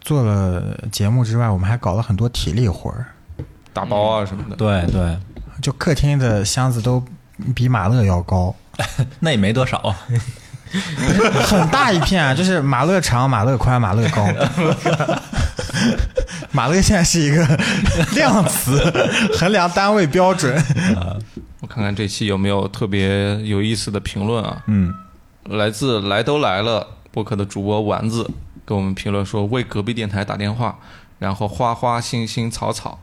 D: 做了节目之外，我们还搞了很多体力活儿，
A: 打包啊什么的。
C: 对对，
D: 就客厅的箱子都比马勒要高，
C: 那也没多少啊。
D: 很大一片啊，就是马勒长、马勒宽、马勒高。 马勒现在是一个 量词，衡量单位标准。
A: 我看看这期有没有特别有意思的评论啊？
C: 嗯，
A: 来自来都来了播客的主播丸子给我们评论说，为隔壁电台打电话，然后花花星星草草，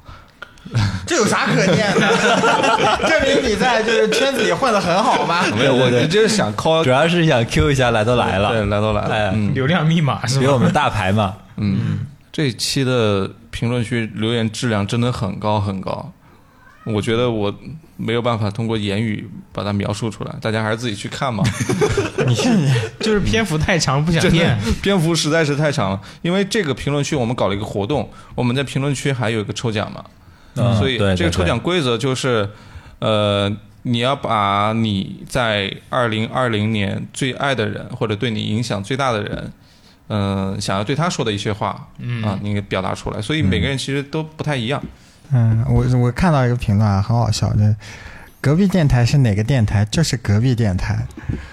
D: 这有啥可念的？证明你在就是圈子里混的很好吗？
A: 没有，我
C: 对对
A: 就是想 call
C: 主要是想 Q 一下来都 来
A: 对，
C: 了，
A: 来都来
C: 哎
A: 了，嗯，
B: 流量密码是
C: 比
B: 吧？
C: 我们大牌嘛。
A: 嗯，这一期的评论区留言质量真的很高很高，我觉得我没有办法通过言语把它描述出来，大家还是自己去看 吧。
B: 就是篇幅太长，不想念。
A: 篇幅实在是太长了，因为这个评论区我们搞了一个活动，我们在评论区还有一个抽奖嘛，
C: 嗯
A: 所以
C: 对对
A: 这个抽
C: 对
A: 奖规则就是，呃，你要把你在二零二零年最爱的人或者对你影响最大的人，嗯、想要对他说的一些话，嗯啊，你给表达出来。所以
C: 嗯
A: 每个人其实都不太一样。
D: 嗯，我我看到一个评论啊，很好笑，这隔壁电台是哪个电台？就是隔壁电台，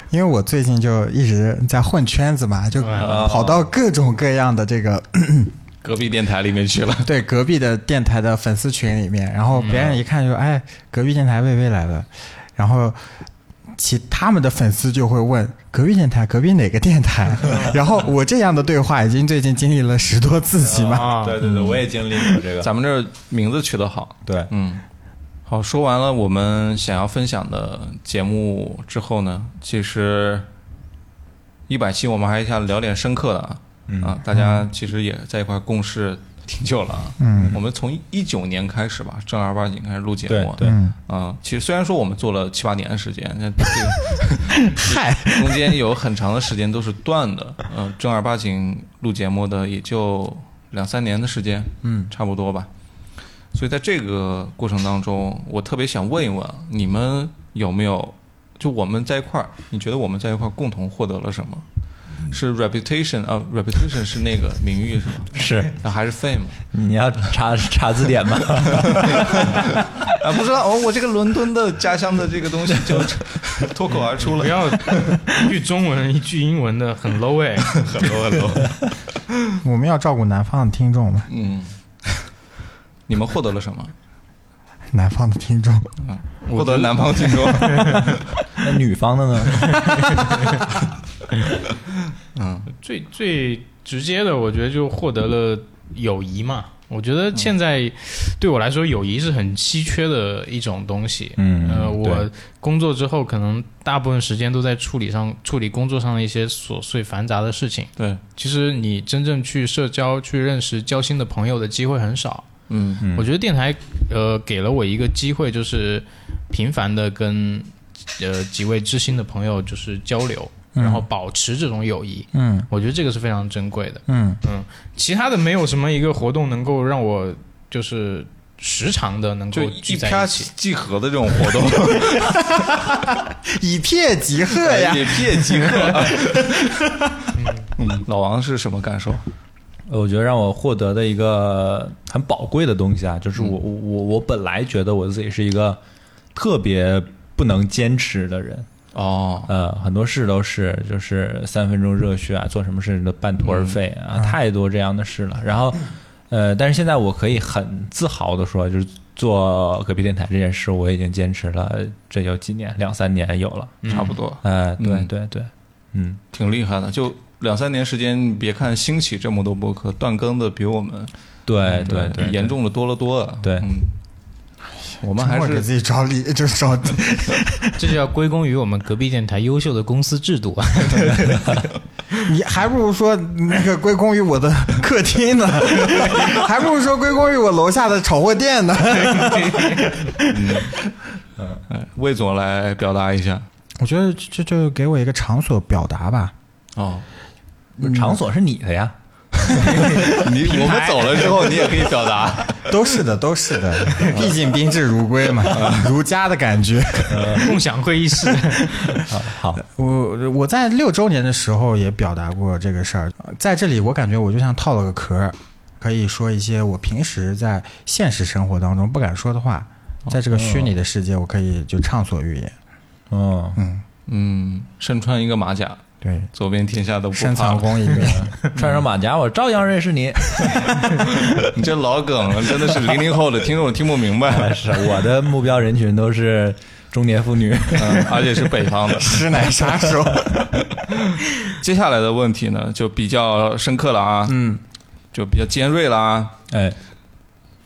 D: 因为我最近就一直在混圈子嘛，就跑到各种各样的这个
A: 隔壁电台里面去了，
D: 对隔壁的电台的粉丝群里面，然后别人一看就哎，隔壁电台薇薇来了，然后。其他们的粉丝就会问隔壁电台，隔壁哪个电台？然后我这样的对话已经最近经历了十多次起码。
B: 啊，
C: 对对对，我也经历过这个。
A: 咱们这儿名字取得好，
C: 嗯对，
A: 嗯。好，说完了我们想要分享的节目之后呢，其实一百期我们还想聊点深刻的啊，
C: 嗯
A: 啊，大家其实也在一块共事挺久了啊，嗯，我们从一九年开始吧，正儿八经开始录节目啊，
C: 对对
D: 嗯
A: 啊、其实虽然说我们做了七八年的时间，那这个。
D: 嗨，
A: 中间有很长的时间都是断的，呃，正儿八经录节目的也就两三年的时间，嗯，差不多吧。所以在这个过程当中，我特别想问一问你们有没有，就我们在一块儿，你觉得我们在一块儿共同获得了什么？是 reputation 啊，reputation 是那个名誉是吗？
C: 是
A: 啊还是 fame
C: 你要查查字典吗？
A: 啊？不知道哦，我这个伦敦的家乡的这个东西就 脱口而出了
B: 不。要一句中文一句英文的，很 low 哎，很 low 很 low。
D: 我们要照顾南方的听众嘛。
A: 嗯，你们获得了什么？
D: 南方的听众，
A: 获得南方听众。
C: 那女方的呢？
B: 最最直接的，我觉得就获得了友谊嘛。我觉得现在对我来说，友谊是很稀缺的一种东西。
C: 嗯
B: 呃，
C: 对
B: 我工作之后，可能大部分时间都在处理上处理工作上的一些琐碎繁杂的事情。
A: 对，
B: 其实你真正去社交、去认识交心的朋友的机会很少。
A: 嗯
C: 嗯
B: 我觉得电台呃给了我一个机会，就是频繁的跟呃几位知心的朋友就是交流，
C: 嗯
B: 然后保持这种友谊。
D: 嗯
B: 我觉得这个是非常珍贵的。
D: 嗯
B: 其他的没有什么一个活动能够让我就是时常的能
A: 就
B: 够聚
A: 一
B: 在
A: 拍
B: 一起。
A: 即合的这种活 动，
D: 以撇即合呀，
A: 也撇即合。嗯，老王是什么感受？
C: 呃我觉得让我获得的一个很宝贵的东西啊，就是我我我我本来觉得我自己是一个特别不能坚持的人，
A: 哦，
C: 呃，很多事都是就是三分钟热血啊，做什么事都半途而废啊，太多这样的事了。然后，呃，但是现在我可以很自豪的说，就是做隔壁电台这件事，我已经坚持了这有几年，两三年有了。
A: 差不多，
C: 呃，对
A: 嗯
C: 对对，嗯，
A: 挺厉害的。就两三年时间，你别看兴起这么多播客，断更的比我们哎
C: 对对嗯对，
A: 严重的多了多了。
C: 对
A: 嗯，我们还
D: 我给
A: 是
D: 自己找理， 就找
B: 这就要归功于我们隔壁电台优秀的公司制度啊！
D: 你还不如说那个归功于我的客厅呢， 还不如说归功于我楼下的炒货店呢。
A: 哎魏总来表达一下。
D: 我觉得这就给我一个场所表达吧。
A: 哦，
C: 不是场所是你的呀，
A: 你我们走了之后，你也可以表达。
D: 都是的，都是的，毕竟宾至如归嘛， 如家的感觉。
B: 共享会议室，
C: 嗯哦 好，
D: 我我在六周年的时候也表达过这个事儿，呃在这里我感觉我就像套了个壳儿，可以说一些我平时在现实生活当中不敢说的话，在这个虚拟的世界，我可以就畅所欲言。
C: 嗯，
D: 嗯，
A: 嗯，身穿一个马甲，
D: 对，
A: 走遍天下都不
D: 深
A: 怕
D: 藏。功一面。
C: 穿上马甲我照样认识你。
A: 你这老梗 真的是零零后的听众听不明白，
C: 是我的目标人群都是中年妇女。
A: 嗯，而且是北方 的。
D: 师奶杀手。
A: 接下来的问题呢，就比较深刻了啊，
D: 嗯，
A: 就比较尖锐了啊。
C: 哎，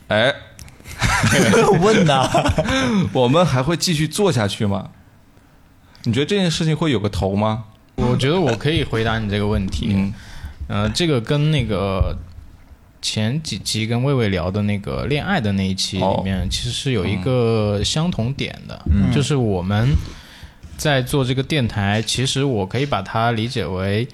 A: 哎，
C: 问呐，
A: 我们还会继续做下去吗？你觉得这件事情会有个头吗？
B: 我觉得我可以回答你这个问题。
A: 嗯，
B: 呃，这个跟那个前几期跟魏魏聊的那个恋爱的那一期里面，其实是有一个相同点的，就是我们在做这个电台，其实我可以把它理解为，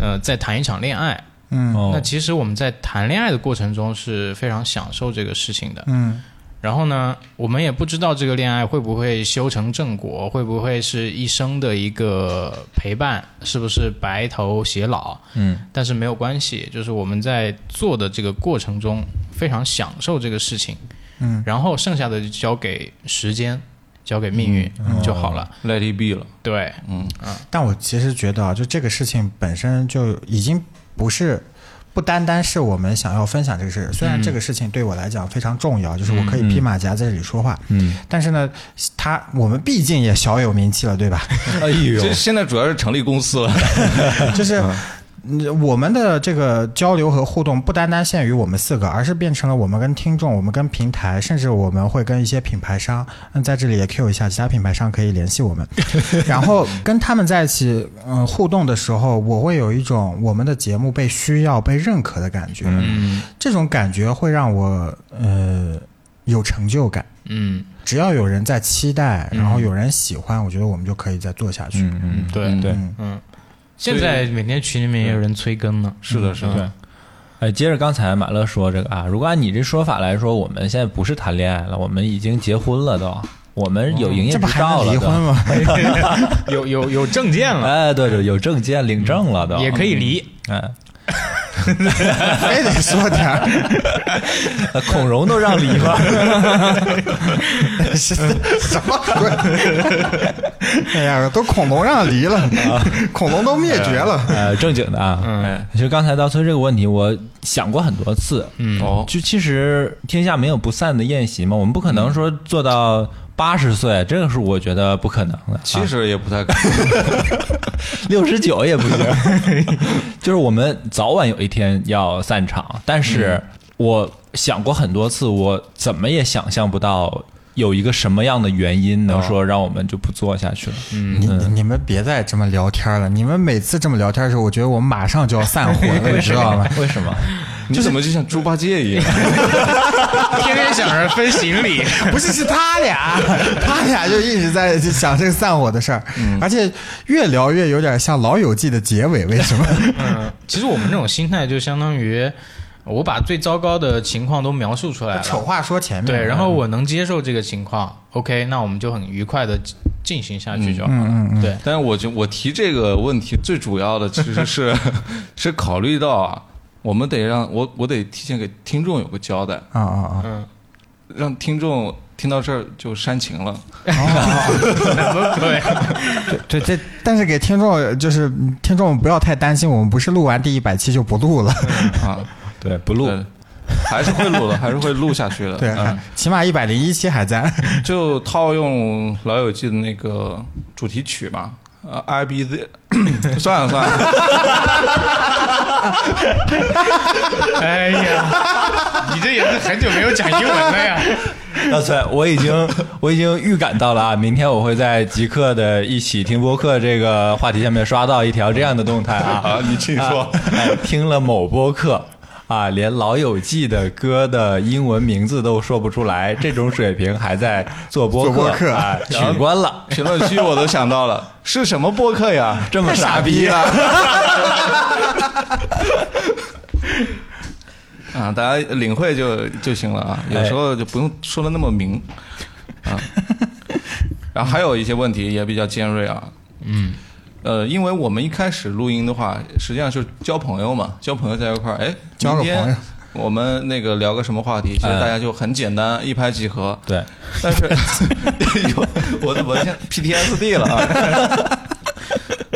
B: 呃，在谈一场恋爱。
D: 嗯
C: 哦
B: 那其实我们在谈恋爱的过程中是非常享受这个事情的。
D: 嗯
B: 然后呢，我们也不知道这个恋爱会不会修成正果，会不会是一生的一个陪伴，是不是白头偕老？
C: 嗯，
B: 但是没有关系，就是我们在做的这个过程中非常享受这个事情，
D: 嗯，
B: 然后剩下的就交给时间，交给命运、就好了。
A: ，Let it be 了。
B: 对，
D: 但我其实觉得啊，就这个事情本身就已经不是。不单单是我们想要分享这个事，虽然这个事情对我来讲非常重要，就是我可以披马甲在这里说话，
C: 嗯，
D: 但是呢，他我们毕竟也小有名气了，对吧？
C: 哎呦
A: 这现在主要是成立公司了。
D: 就是嗯我们的这个交流和互动不单单限于我们四个，而是变成了我们跟听众、我们跟平台，甚至我们会跟一些品牌商，嗯，在这里也 Q 一下，其他品牌商可以联系我们。然后跟他们在一起，嗯、互动的时候，我会有一种我们的节目被需要、被认可的感觉。
B: 嗯
D: 这种感觉会让我呃有成就感。
B: 嗯，
D: 只要有人在期待，
B: 嗯
D: 然后有人喜欢，我觉得我们就可以再做下去。
C: 嗯嗯，
B: 对，
A: 嗯
C: 对
D: 嗯
B: 嗯，现在每天群里面也有人催更呢。嗯
A: 是的，是的。
C: 哎，接着刚才马乐说这个啊，如果按你这说法来说，我们现在不是谈恋爱了，我们已经结婚了都，我们有营业
D: 哦这
C: 执
D: 不还
C: 照
D: 能
C: 了
D: 离
C: 都，
D: 婚吗？
B: 有有有证件了，嗯
C: 哎，对对，有证件领证了都，
B: 也可以离。
C: 嗯，哎，
D: 非得说点儿。
C: 呃孔融都让梨 了，
D: 是什么鬼？ 哎呀，都恐龙让离了，
C: 啊
D: 恐龙都灭绝了。
C: 呃，正经的啊。
B: 嗯
A: 哎，
C: 其实刚才刀崔这个问题，我想过很多次。
B: 嗯
A: 哦，
C: 就其实天下没有不散的宴席嘛，我们不可
B: 嗯
C: 能说做到八十岁，这个是我觉得不可能的。啊
A: 其实也不太敢。
C: 六十九也不行，就是我们早晚有一天要散场。但是
D: 嗯
C: 我想过很多次，我怎么也想象不到有一个什么样的原因
D: 哦
C: 能说让我们就不做下去了。
D: 你你们别再这么聊天了，你们每次这么聊天的时候，我觉得我马上就要散 伙了，你知道吗？
C: 为什么？
A: 你怎么就像猪八戒一样？
B: 天天想着分行李，
D: 不是，是他俩，他俩就一直在想这个散伙的事儿，
C: 嗯
D: 而且越聊越有点像《老友记》的结尾，为什 么？
B: 嗯，其实我们这种心态就相当于我把最糟糕的情况都描述出来
D: 丑嗯
B: 了，
D: 话说前面，
B: 对，然后我能接受这个情况，OK，那我们就很愉快的进行下去就好了，对。
A: 但是我就我提这个问题最主要的其实是是考虑到啊，我们得让我我得提前给听众有个交代，
D: 啊啊
A: 让听众听到这儿就煽情了。
B: 对，
D: 啊！对这，但是给听众就是听众不要太担心，我们不是录完第一百期就不录了，
A: 啊，
C: 对，不录。
A: 对还是会录的，还是会录下去的。
D: 对，啊
A: 嗯
D: 起码一百零一期还在。
A: 就套用《老友记》的那个主题曲嘛，呃，I B Z，算了算了，
B: 哎呀， 你这也是很久没有讲英文了呀。
C: 老崔，我已 经我已经预感到了啊，明天我会在极客的一起听播客这个话题下面刷到一条这样的动态 啊。
A: 啊，你自己说
C: 啊，哎听了某播客啊，连《老友记》的歌的英文名字都说不出来，这种水平还在做播客，
D: 做播 客
C: 啊，取关了。
A: 评论区我都想到了，是什么播客呀？
C: 这么
A: 太
C: 傻
A: 傻
C: 逼
A: 啊！啊，大家领会就就行了啊，有时候就不用说的那么明啊。然后还有一些问题也比较尖锐啊，嗯，呃，因为我们一开始录音的话，实际上是交朋友嘛，交朋友在一块儿，哎，
D: 交个
A: 明天
D: 朋友
A: 我们那个聊个什么话题，其实
C: 嗯
A: 大家就很简单，一拍即合。
C: 对，
A: 但是，有我我现在 PTSD 了啊。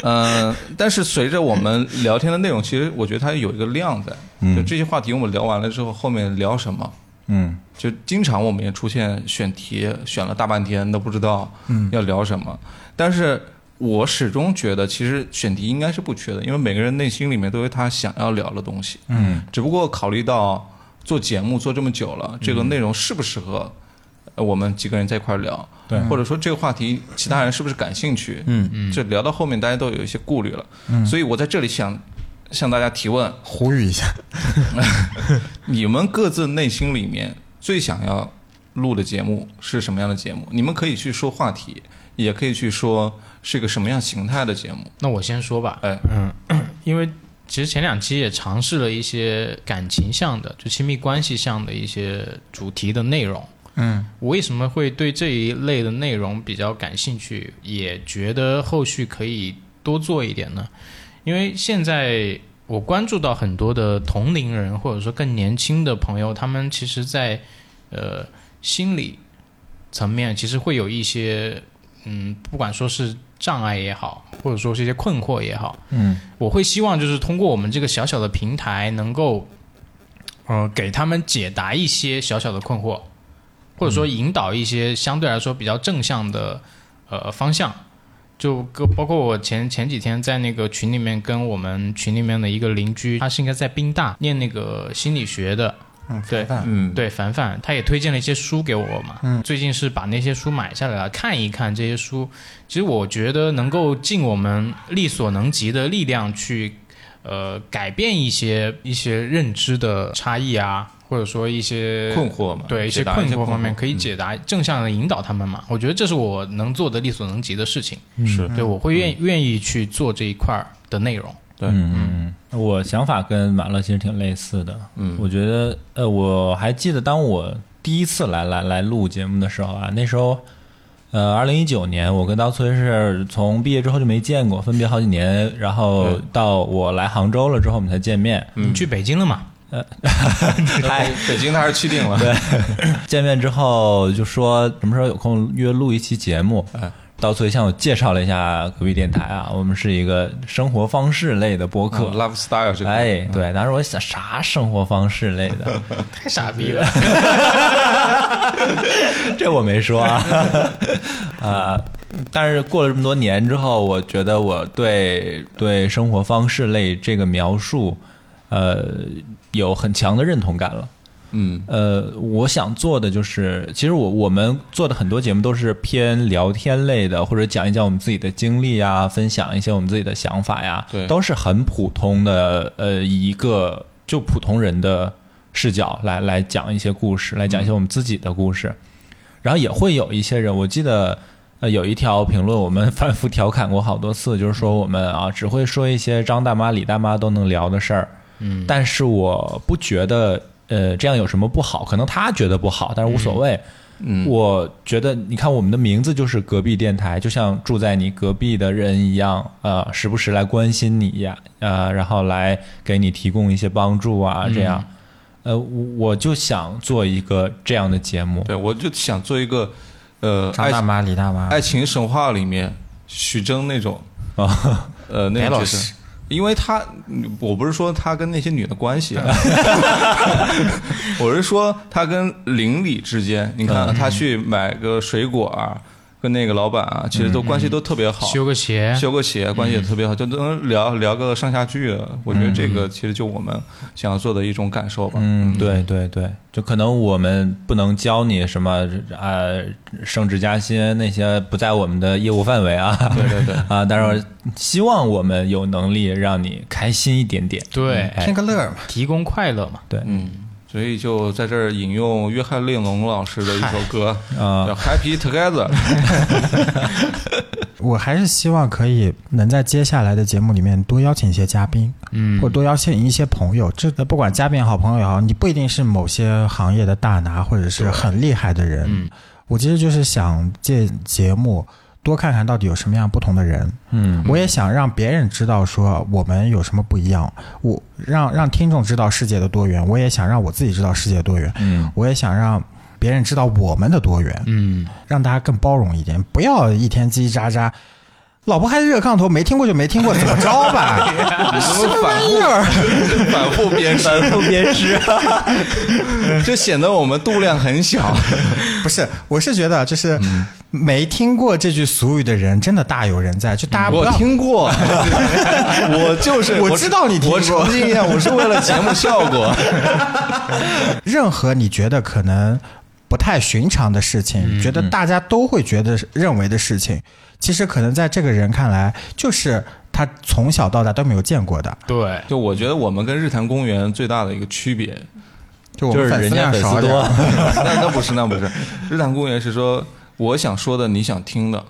A: 嗯、但是随着我们聊天的内容，其实我觉得它有一个量在。就这些话题我们聊完了之后，后面聊什么？
C: 嗯，
A: 就经常我们也出现选题，选了大半天都不知道要聊什么。但是我始终觉得，其实选题应该是不缺的，因为每个人内心里面都有他想要聊的东西。嗯，只不过考虑到做节目做这么久了，这个内容适不适合呃我们几个人在一块儿聊，对，
C: 嗯
A: 或者说这个话题其他人是不是感兴趣？嗯嗯，这聊到后面大家都有一些顾虑了。嗯，所以我在这里想向大家提问，
D: 呼吁一下，
A: 你们各自内心里面最想要录的节目是什么样的节目？你们可以去说话题，也可以去说是一个什么样形态的节目。
B: 那我先说吧，嗯
A: 哎，
B: 因为其实前两期也尝试了一些感情向的，就亲密关系向的一些主题的内容。
D: 嗯，
B: 我为什么会对这一类的内容比较感兴趣，也觉得后续可以多做一点呢？因为现在我关注到很多的同龄人或者说更年轻的朋友，他们其实在呃心理层面其实会有一些嗯，不管说是障碍也好，或者说是一些困惑也好，
C: 嗯，
B: 我会希望就是通过我们这个小小的平台，能够呃给他们解答一些小小的困惑，或者说引导一些相对来说比较正向的呃方向。就跟包括我前前几天在那个群里面跟我们群里面的一个邻居，他是应该在宾大念那个心理学的，
D: 嗯，
B: 对
D: 凡凡
A: 嗯，
B: 对，凡凡他也推荐了一些书给我嘛。最近是把那些书买下来了，看一看这些书。其实我觉得能够尽我们力所能及的力量去，呃，改变一些一些认知的差异啊，或者说一些
A: 困惑嘛，
B: 对一
A: 解
B: 些
A: 答
B: 困
A: 一些
B: 惑方面，可以
A: 嗯
B: 解答，正向的引导他们嘛。我觉得这是我能做的力所能及的事情。
C: 嗯
A: 是
B: 对，我会愿愿意去做这一块儿的内容。
A: 对
C: 嗯，嗯，我想法跟马乐其实挺类似的。
A: 嗯
C: 我觉得，呃，我还记得当我第一次来来来录节目的时候啊，那时候，呃，二零一九年我跟刀崔是从毕业之后就没见过，分别好几年，然后到我来杭州了之后我们才见面。
A: 嗯
B: 你去北京了嘛？
A: 哎，北京他是去定了，
C: 见面之后就说什么时候有空约录一期节目。
A: 哎
C: 刀崔向我介绍了一下隔壁电台啊，我们是一个生活方式类的播客。
A: 嗯 Love Style 这个，
C: 哎，对，当时我想啥生活方式类的，
B: 太傻逼 了！
C: 这我没说啊，啊，但是过了这么多年之后，我觉得我对对生活方式类这个描述，呃，有很强的认同感了。
A: 嗯
C: 呃，我想做的就是，其实我我们做的很多节目都是偏聊天类的，或者讲一讲我们自己的经历呀，分享一些我们自己的想法呀，
A: 对
C: 都是很普通的，呃，一个就普通人的视角来来讲一些故事，来讲一些我们自己的故事，然后也会有一些人，我记得。呃，有一条评论我们 反复调侃过好多次，就是说我们啊只会说一些张大妈、李大妈都能聊的事儿，
B: 嗯，
C: 但是我不觉得呃这样有什么不好，可能他觉得不好，但是无所谓。
A: 嗯，
C: 我觉得你看我们的名字就是隔壁电台，就像住在你隔壁的人一样，呃，时不时来关心你呀，呃，然后来给你提供一些帮助啊，这样。
A: 嗯
C: 呃，我我就想做一个这样的节目，
A: 对我就想做一个呃
D: 张
A: 爱
D: 大妈、李大妈，
A: 爱情神话里面徐峥那种
C: 啊，
A: 呃那
D: 白
A: 种
D: 老
A: 角
D: 师
A: 色。因为他，我不是说他跟那些女的关系啊， 我是说他跟邻里之间，你看啊他去买个水果啊，跟那个老板啊，其实都关系都特别好，
B: 修 个鞋，
A: 修个鞋，关系也特别好，就能聊聊个上下句了。我觉得这个其实就我们想要做的一种感受吧。
C: 嗯，对对对，就可能我们不能教你什么呃升职加薪那些不在我们的业务范围啊，
A: 对对对，
C: 啊，当然希望我们有能力让你开心一点点。
B: 对
C: 哎
D: 听个乐儿嘛。
B: 提供快乐嘛。
A: 嗯，所以就在这儿引用约翰列侬老师的一首歌，
C: 啊
A: 叫《Happy Together》。
D: 我还是希望可以能在接下来的节目里面多邀请一些嘉宾，嗯，或多邀请一些朋友。这不管嘉宾也好，朋友也好，你不一定是某些行业的大拿或者是很厉害的人。嗯，我其实就是想借节目多看看到底有什么样不同的人。
C: 嗯，
D: 我也想让别人知道说我们有什么不一样，我让让听众知道世界的多元，我也想让我自己知道世界的多元，
C: 嗯，
D: 我也想让别人知道我们的多元，
B: 嗯，
D: 让大家更包容一点，不要一天叽叽喳喳。老婆孩子热炕头，没听过就没听过，怎么着 吧？
A: 什么反复 反复鞭尸，
C: 反复鞭 尸，
A: 就显得我们度量很小。
D: 不是，我是觉得就是
A: 嗯
D: 没听过这句俗语的人，真的大有人在。就大家不
A: 我
D: 要
A: 听 过，我就是
D: 我知道你听过
A: 我澄清一下， 我是为了节目效果。
D: 任何你觉得可能不太寻常的事情，觉得大家都会觉得认为的事情，其实可能在这个人看来，就是他从小到大都没有见过的。
B: 对，
A: 就我觉得我们跟日坛公园最大的一个区 别，
D: 就我
C: 就
D: 们
C: 是
D: 粉
C: 人
D: 丝
C: 家
D: 量
C: 粉
D: 少
C: 丝
D: 一点
C: 多，
A: 那那不是那不是，日坛公园是说我想说的你想听的，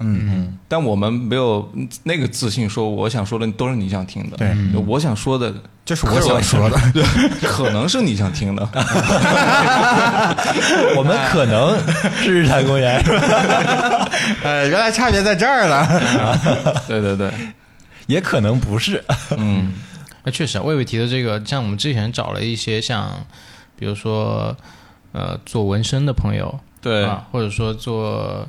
A: 嗯，但我们没有那个自信说我想说的都是你想听的，
D: 对，
A: 我想说的
D: 就是我想说的。
A: 对，可能是你想听的，
C: 我们
D: 哎
C: 可能 是日坛公园。
D: 呃，原来差别在这儿了。
A: 对对对，
C: 也可能不是，
A: 嗯，
B: 那确实啊，魏魏提的这个，像我们之前找了一些像，比如说，呃，做纹身的朋友，
A: 对，
B: 啊，或者说做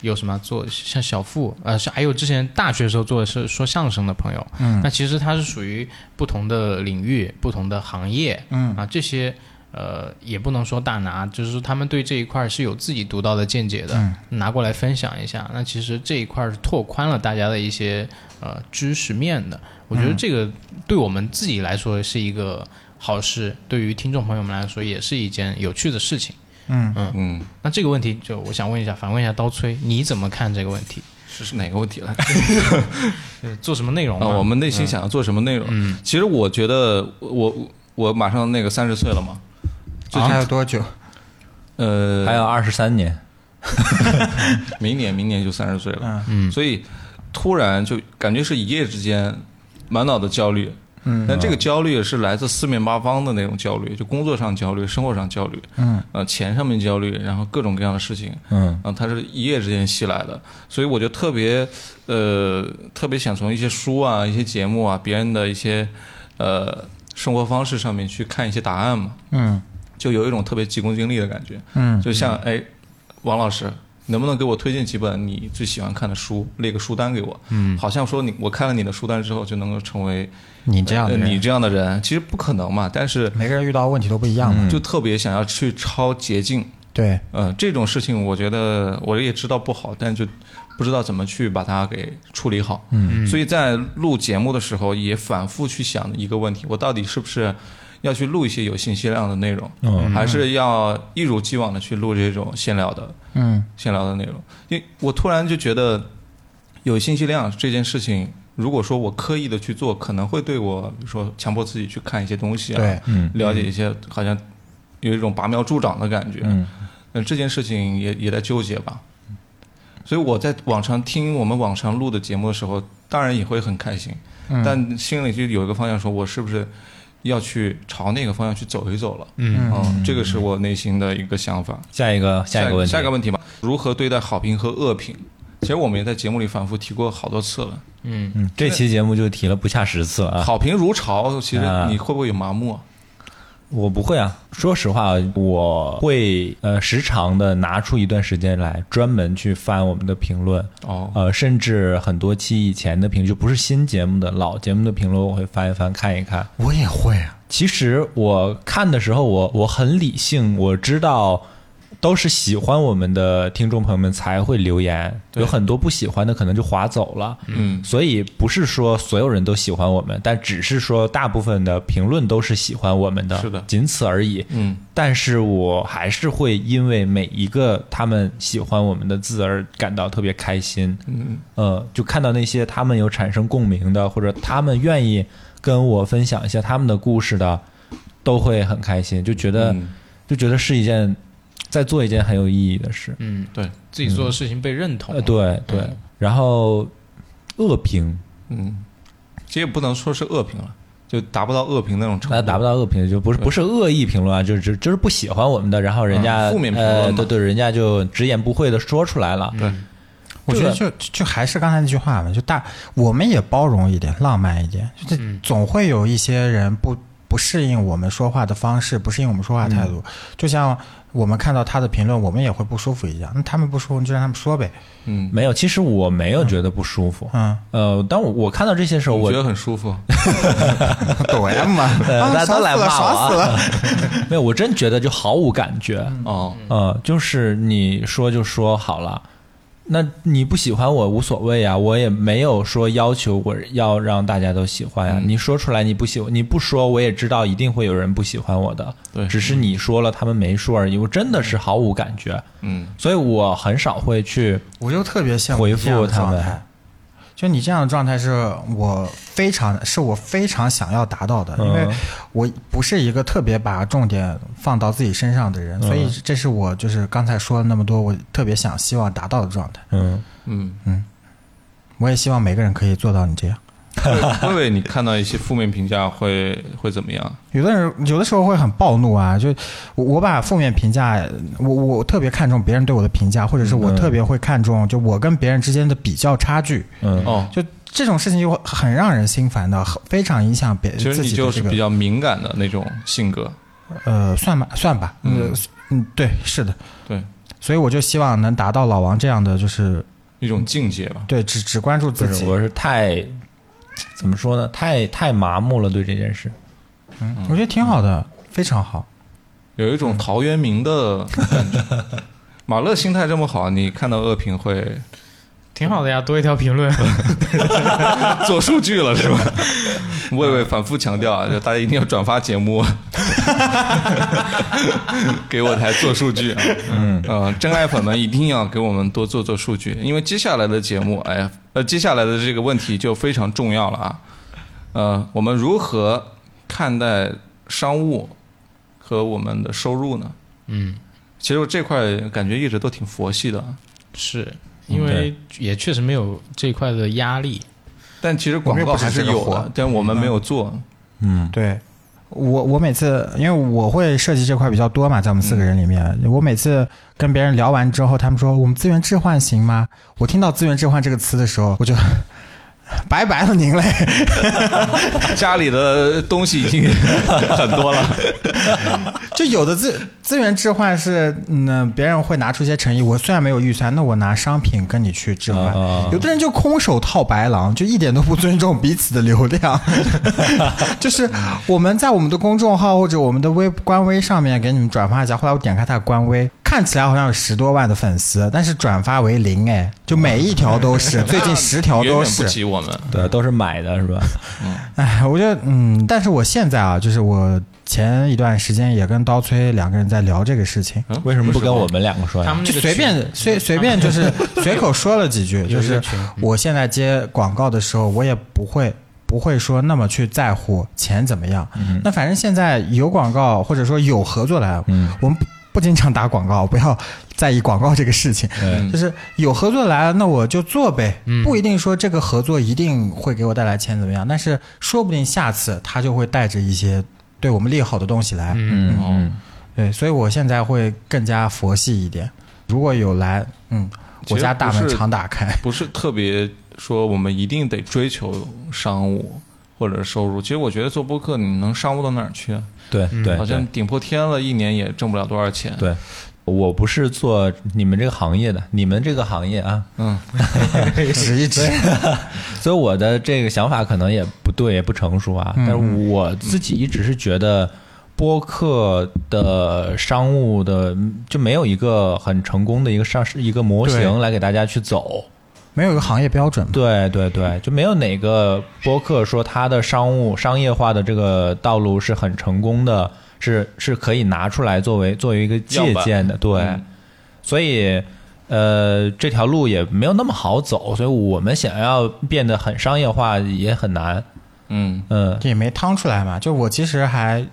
B: 有什么做像小付，呃，是还有之前大学时候做的是说相声的朋友，嗯，那其实他是属于不同的领域、不同的行业，嗯啊，这些呃也不能说大拿，就是说他们对这一块是有自己独到的见解的，拿过来分享一下。那其实这一块是拓宽了大家的一些呃知识面的，我觉得这个对我们自己来说是一个好事，对于听众朋友们来说也是一件有趣的事情。
A: 嗯，
B: 那这个问题就我想问一下，反问一下刀崔，你怎么看这个问题？
A: 是是哪个问题来？
B: 呃做什么内容
A: 啊，嗯
B: 吗？
D: 哦
A: 我们内心想要做什么内容？其实我觉得我我马上那个三十岁了嘛，最近
D: 还有多久？
A: 呃，
C: 还有二十三年，
A: 明年明年就三十岁了，
B: 嗯
A: 所以突然就感觉是一夜之间满脑的焦虑，
D: 嗯
A: 但这个焦虑是来自四面八方的那种焦虑，就工作上焦虑、生活上焦虑，
D: 嗯
A: 呃，钱上面焦虑，然后各种各样的事情，
C: 嗯
A: 嗯，它是一夜之间袭来的，所以我就特别呃特别想从一些书啊、一些节目啊、别人的一些呃生活方式上面去看一些答案嘛，
D: 嗯
A: 就有一种特别急功近利的感觉。
D: 嗯
A: 就像哎，王老师，能不能给我推荐几本你最喜欢看的书，列个书单给我？嗯，好像说你我看了你的书单之后就能够成为
D: 你这样的
A: 呃
D: 人，
A: 你这样的人，其实不可能嘛，但是
D: 每个人遇到问题都不一样嘛。
A: 就特别想要去抄捷径。
D: 对，
A: 呃，这种事情我觉得我也知道不好，但就不知道怎么去把它给处理好。嗯，所以在录节目的时候也反复去想一个问题：我到底是不是要去录一些有信息量的内容，
C: 嗯
A: 还是要一如既往的去录这种闲聊的
D: 嗯
A: 闲聊的内容？因为我突然就觉得有信息量这件事情。如果说我刻意的去做，可能会对我，比如说强迫自己去看一些东西啊，
D: 对，
C: 嗯
A: 了解一些，好像有一种拔苗助长的感觉。
C: 嗯
A: 那这件事情也也在纠结吧。所以我在网上听我们网上录的节目的时候，当然也会很开心，
D: 嗯
A: 但心里就有一个方向，说我是不是要去朝那个方向去走一走了？
B: 嗯
A: 嗯，这个是我内心的一个想法。
C: 下一个下一个问题，
A: 下一个问题吧，如何对待好评和恶评？其实我们也在节目里反复提过好多次了。
B: 嗯，
C: 嗯，这期节目就提了不下十次了啊。
A: 好评如潮，其实
C: 啊
A: 你会不会有麻木啊？
C: 我不会啊，说实话，我会呃时常的拿出一段时间来专门去翻我们的评论，
A: 哦，
C: 呃，甚至很多期以前的评论，就不是新节目的老节目的评论，我会翻一翻看一看。
D: 我也会啊。
C: 其实我看的时候我，我很理性，我知道都是喜欢我们的听众朋友们才会留言，
A: 对
C: 有很多不喜欢的可能就划走了。
A: 嗯
C: 所以不是说所有人都喜欢我们，但只是说大部分的评论都是喜欢我们的，
A: 是的
C: 仅此而已。
A: 嗯，
C: 但是我还是会因为每一个他们喜欢我们的字而感到特别开心。
A: 嗯，
C: 呃，就看到那些他们有产生共鸣的，或者他们愿意跟我分享一下他们的故事的，都会很开心，就觉得、
A: 嗯
C: 就觉得是一件在做一件很有意义的事。
B: 嗯，
A: 对，
B: 自己做的事情被认
A: 哦
B: 同
C: 呃，，对对。然后恶评，
A: 嗯，其实也不能说是恶评了，就达不到恶评那种程
C: 那
A: 度。
C: 达不到恶评，就不是
A: 对
C: 不是恶意评论啊，就是就是就是不喜欢我们的，然后人家、
A: 嗯负面评论嘛
C: 呃，对对，人家就直言不讳的说出来了。
A: 对，
D: 我觉得
C: 这
D: 就就还是刚才那句话嘛，就大我们也包容一点，浪漫一点，就是
B: 嗯
D: 总会有一些人不不适应我们说话的方式，不适应我们说话态度。就像我们看到他的评论，我们也会不舒服一样。那他们不舒服，就让他们说呗。
A: 嗯，
C: 没有，其实我没有觉得不舒服。
D: 嗯，
C: 呃，当我我看到这些时候，
A: 我
C: 我
A: 觉得很舒服。
D: 抖 M 嘛，
C: 呃
D: 啊
C: 大家都来骂我啊
D: 爽死了，爽死了。 嗯
C: 没有，我真觉得就毫无感觉。
A: 哦，
C: 呃，就是你说就说好了，那你不喜欢我无所谓啊，我也没有说要求我要让大家都喜欢呀、
A: 嗯
C: 你说出来你不喜欢，你不说我也知道一定会有人不喜欢我的，
A: 对
C: 只
D: 嗯
C: 是你说了他们没说而已。我真的是毫无感觉，
A: 嗯，
C: 所以我很少会去
D: 我就特别羡慕你这样的状
C: 回复他
D: 态。就你这样的状态是我非常是我非常想要达到的，
C: 嗯
D: 啊因为我不是一个特别把重点放到自己身上的人，所以这是我就是刚才说了那么多，我特别想希望达到的状态。
C: 嗯。
A: 嗯，
D: 我也希望每个人可以做到你这样。
A: 魏魏魏，你看到一些负面评价会会怎么样？
D: 有的人有的时候会很暴怒啊，就我我把负面评价，我我特别看重别人对我的评价，或者是我
C: 嗯
D: 特别会看重就我跟别人之间的比较差距。
C: 嗯
A: 哦，
D: 就这种事情就很让人心烦的，很非常影响别
A: 其实
D: 自
A: 你
D: 己
A: 就
D: 的
A: 是
D: 这
A: 比
D: 个
A: 较敏感的那种性格。
D: 呃，算吧，算吧，
A: 嗯
D: 嗯嗯，对，是的，
A: 对，
D: 所以我就希望能达到老王这样的，就是
A: 一种境界吧。
D: 对，只只关注
C: 不
D: 自
C: 是，
D: 己，
C: 我是太怎么说呢？太太麻木了，对这件事。
D: 嗯我觉得挺好的，非常好。
A: 有一
D: 嗯
A: 种陶渊明的感觉。马乐心态这么好，你看到恶评会
B: 挺好的呀，多一条评论，
A: 做数据了是 吧？魏魏反复强调啊，就大家一定要转发节目，给我台做数据啊。嗯，呃，真爱粉们一定要给我们多做做数据，因为接下来的节目，哎呀，呃，接下来的这个问题就非常重要了啊。呃，我们如何看待商务和我们的收入呢？
B: 嗯，
A: 其实我这块感觉一直都挺佛系的啊，
B: 是因为也确实没有这块的压力，
A: 但其实广告还是
D: 我们又
A: 有
D: 不是这个
A: 的
D: 活，
A: 但我们没有做。
C: 嗯，
D: 对，我我每次因为我会涉及这块比较多嘛，在我们四个人里面，我每次跟别人聊完之后，他们说我们资源置换行吗？我听到资源置换这个词的时候，我就 拜拜了您嘞。
A: 家里的东西已经很多了，
D: 就有的资资源置换是，嗯，别人会拿出一些诚意。我虽然没有预算，那我拿商品跟你去置换。
C: 啊
D: 有的人就空手套白狼，就一点都不尊重彼此的流量。 就是我们在我们的公众号或者我们的微官微上面给你们转发一下。后来我点开他的官微，看起来好像有十多万的粉丝，但是转发为零，哎，就每一条都是，最近十条
A: 远
D: 都
A: 啊远
D: 是
A: 不。及我们。
C: 对，都是买的是吧？
D: 哎，我觉得，嗯，但是我现在啊，就是我前一段时间也跟刀崔两个人在聊这个事
A: 嗯
D: 情。
C: 为什么不跟我们两个说
B: 他
C: 呀？
B: 们那
D: 就
B: 个
D: 随便
B: 群
D: 随随便就是 随口说了几句，就
B: 有一
D: 是
B: 个群嗯
D: 我现在接广告的时候，我也不会不会说那么去在乎钱怎么样。
B: 嗯
D: 那反正现在有广告或者说有合作来，
C: 嗯
D: 我们不不经常打广告，不要在意广告这个事情。
A: 嗯
D: 就是有合作来了，那我就做呗，
B: 嗯
D: 不一定说这个合作一定会给我带来钱怎么样，但是说不定下次他就会带着一些对我们利好的东西来。
B: 嗯，
A: 哦，
D: 对，所以我现在会更加佛系一点。如果有来，嗯，
A: 其实
D: 我家大门
A: 不是
D: 常打 开。
A: 不是特别说我们一定得追求商务或者收入。其实我觉得做播客，你能商务到哪儿去啊？
C: 对
B: 嗯
C: 对，
A: 好像顶破天了，一年也挣不了多少钱。
C: 对对。我不是做你们这个行业的，你们这个行业啊，
A: 嗯，
D: 指一指，
C: 所以我的这个想法可能也不对，也不成熟啊。但
D: 嗯
C: 是我自己一直是觉得，播客的商务的就没有一个很成功的一个上市一个模
D: 对
C: 型来给大家去走。
D: 没有一个行业标准嘛。
C: 对对对，就没有哪个播客说它的商务商业化的这个道路是很成功的，是是可以拿出来作为作为一个借鉴的。对，
A: 嗯
C: 所以呃，这条路也没有那么好走，所以我们想要变得很商业化也很难。
A: 嗯，
C: 嗯
D: 这也没趟出来嘛。就我其实还，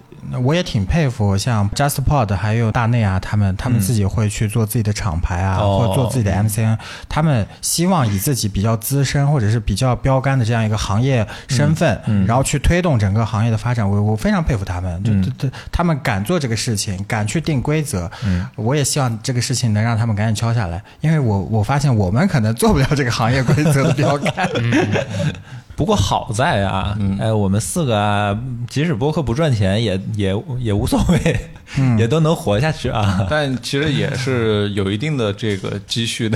D: 我也挺佩服像 JustPod 还有大内啊，他们他们自己会去做自己的厂牌啊，
C: 哦
D: 或者做自己的 MCN，他们希望以自己比较资深或者是比较标杆的这样一个行业身份，
C: 嗯嗯
D: 然后去推动整个行业的发展。我我非常佩服他们，就
C: 嗯
D: 这、他们敢做这个事情，敢去定规则。
C: 嗯
D: 我也希望这个事情能让他们赶紧敲下来，因为我我发现我们可能做不了这个行业规则的标 杆。
C: 嗯不过好在啊，哎，我们四个啊，即使播客不赚钱，也也也无所谓， 也都能活下去啊。
A: 但其实也是有一定的这个积蓄 的，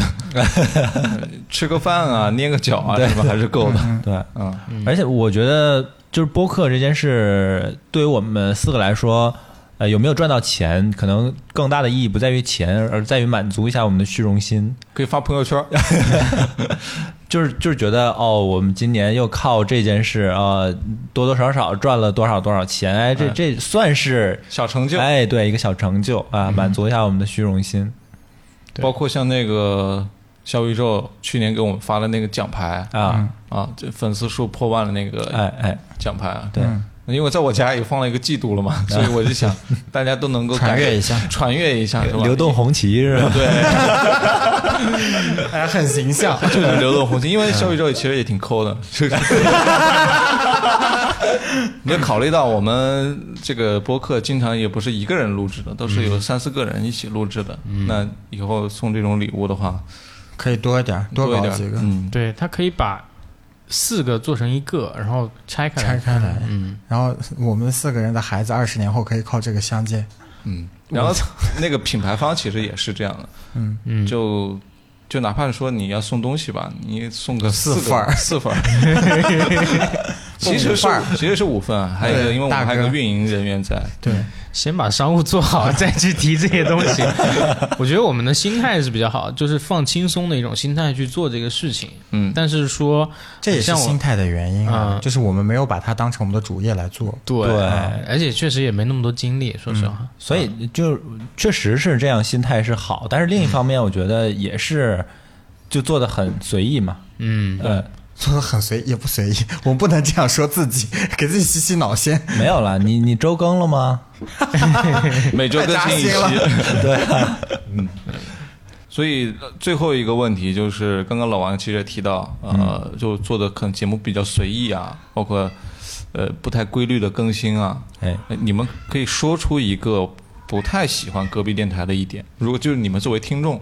A: 吃个饭啊，捏个脚啊，什么还是够的。
C: 对，
A: 嗯，
C: 而且我觉得，就是播客这件事，对于我们四个来说，呃，有没有赚到钱，可能更大的意义不在于钱，而而在于满足一下我们的虚荣心。
A: 可以发朋友圈。
C: 就是就是觉得哦，我们今年又靠这件事啊、呃多多少少赚了多少多少钱，哎，这
A: 哎
C: 这算是
A: 小成就，嗯
C: 哎，对一个小成就啊，满足一下我们的虚荣心
A: 包括像那个小宇宙去年给我们发的那个奖牌
C: 啊，
A: 啊，这粉丝数破万的那
C: 哎
A: 个
C: 哎，
A: 奖牌啊，
C: 对，
A: 因为在我家也放了一个季度了嘛，所以我就想大家都能 够
D: 传阅一下
A: 感传阅一下，是吧？
C: 流动红旗是吧？
A: 对，
D: 哎，很形象。
A: 就是流动红心，因 为小宇宙其实也挺抠
D: 嗯
A: 的，就是。 你要考虑到我们这个播客经常也不是一个人录制的，都是有
D: 嗯
A: 三四个人一起录制的。那以后送这种礼物的话，
D: 可以多一点，多
A: 一
D: 搞
A: 点
D: 几个，
A: 嗯，
B: 对他可以把四个做成一个，然后拆开
D: 拆
B: 来，
D: 开来。
B: 嗯，
D: 然后我们四个人的孩子二十年后可以靠这个相见。
A: 嗯，然后那个品牌方其实也是这样的，
D: 嗯
B: 嗯
A: 就就哪怕是说你要送东西吧，你送个
D: 四
A: 四
D: 份儿
A: 个四份儿， 其实是
D: 送五份儿
A: 其实是五份啊，还有一个
D: 对
A: 因为我
D: 大
A: 们还有
D: 哥
A: 个运营人员在，
D: 对，
B: 先把商务做好，再去提这些东西。我觉得我们的心态是比较好，就是放轻松的一种心态去做这个事情。
A: 嗯，
B: 但是说，
D: 这也是
B: 像我
D: 心态的原因啊，
B: 嗯
D: 就是我们没有把它当成我们的主业来做。
B: 对
C: 对
D: 啊
B: 而且确实也没那么多精力，说
D: 嗯
B: 实话，
C: 所以就确实是这样，心态是好，但是
D: 嗯
C: 另一方面，我觉得也是就做的很随意嘛，
B: 嗯，
C: 呃，
D: 做的很随意，也不随意，我们不能这样说自己， 给自己洗洗脑先。
C: 没有了，你你周更了 吗？
A: 每周更新一
D: 太扎
A: 期，
D: 心
C: 对啊，
A: 所以呃最后一个问题就是，刚刚老王其实也提到，呃，
D: 嗯
A: 就做的可能节目比较随意啊，包括呃不太规律的更新啊。
C: 哎，
A: 呃你们可以说出一个不太喜欢隔壁电台的一点，如果就是你们作为听众，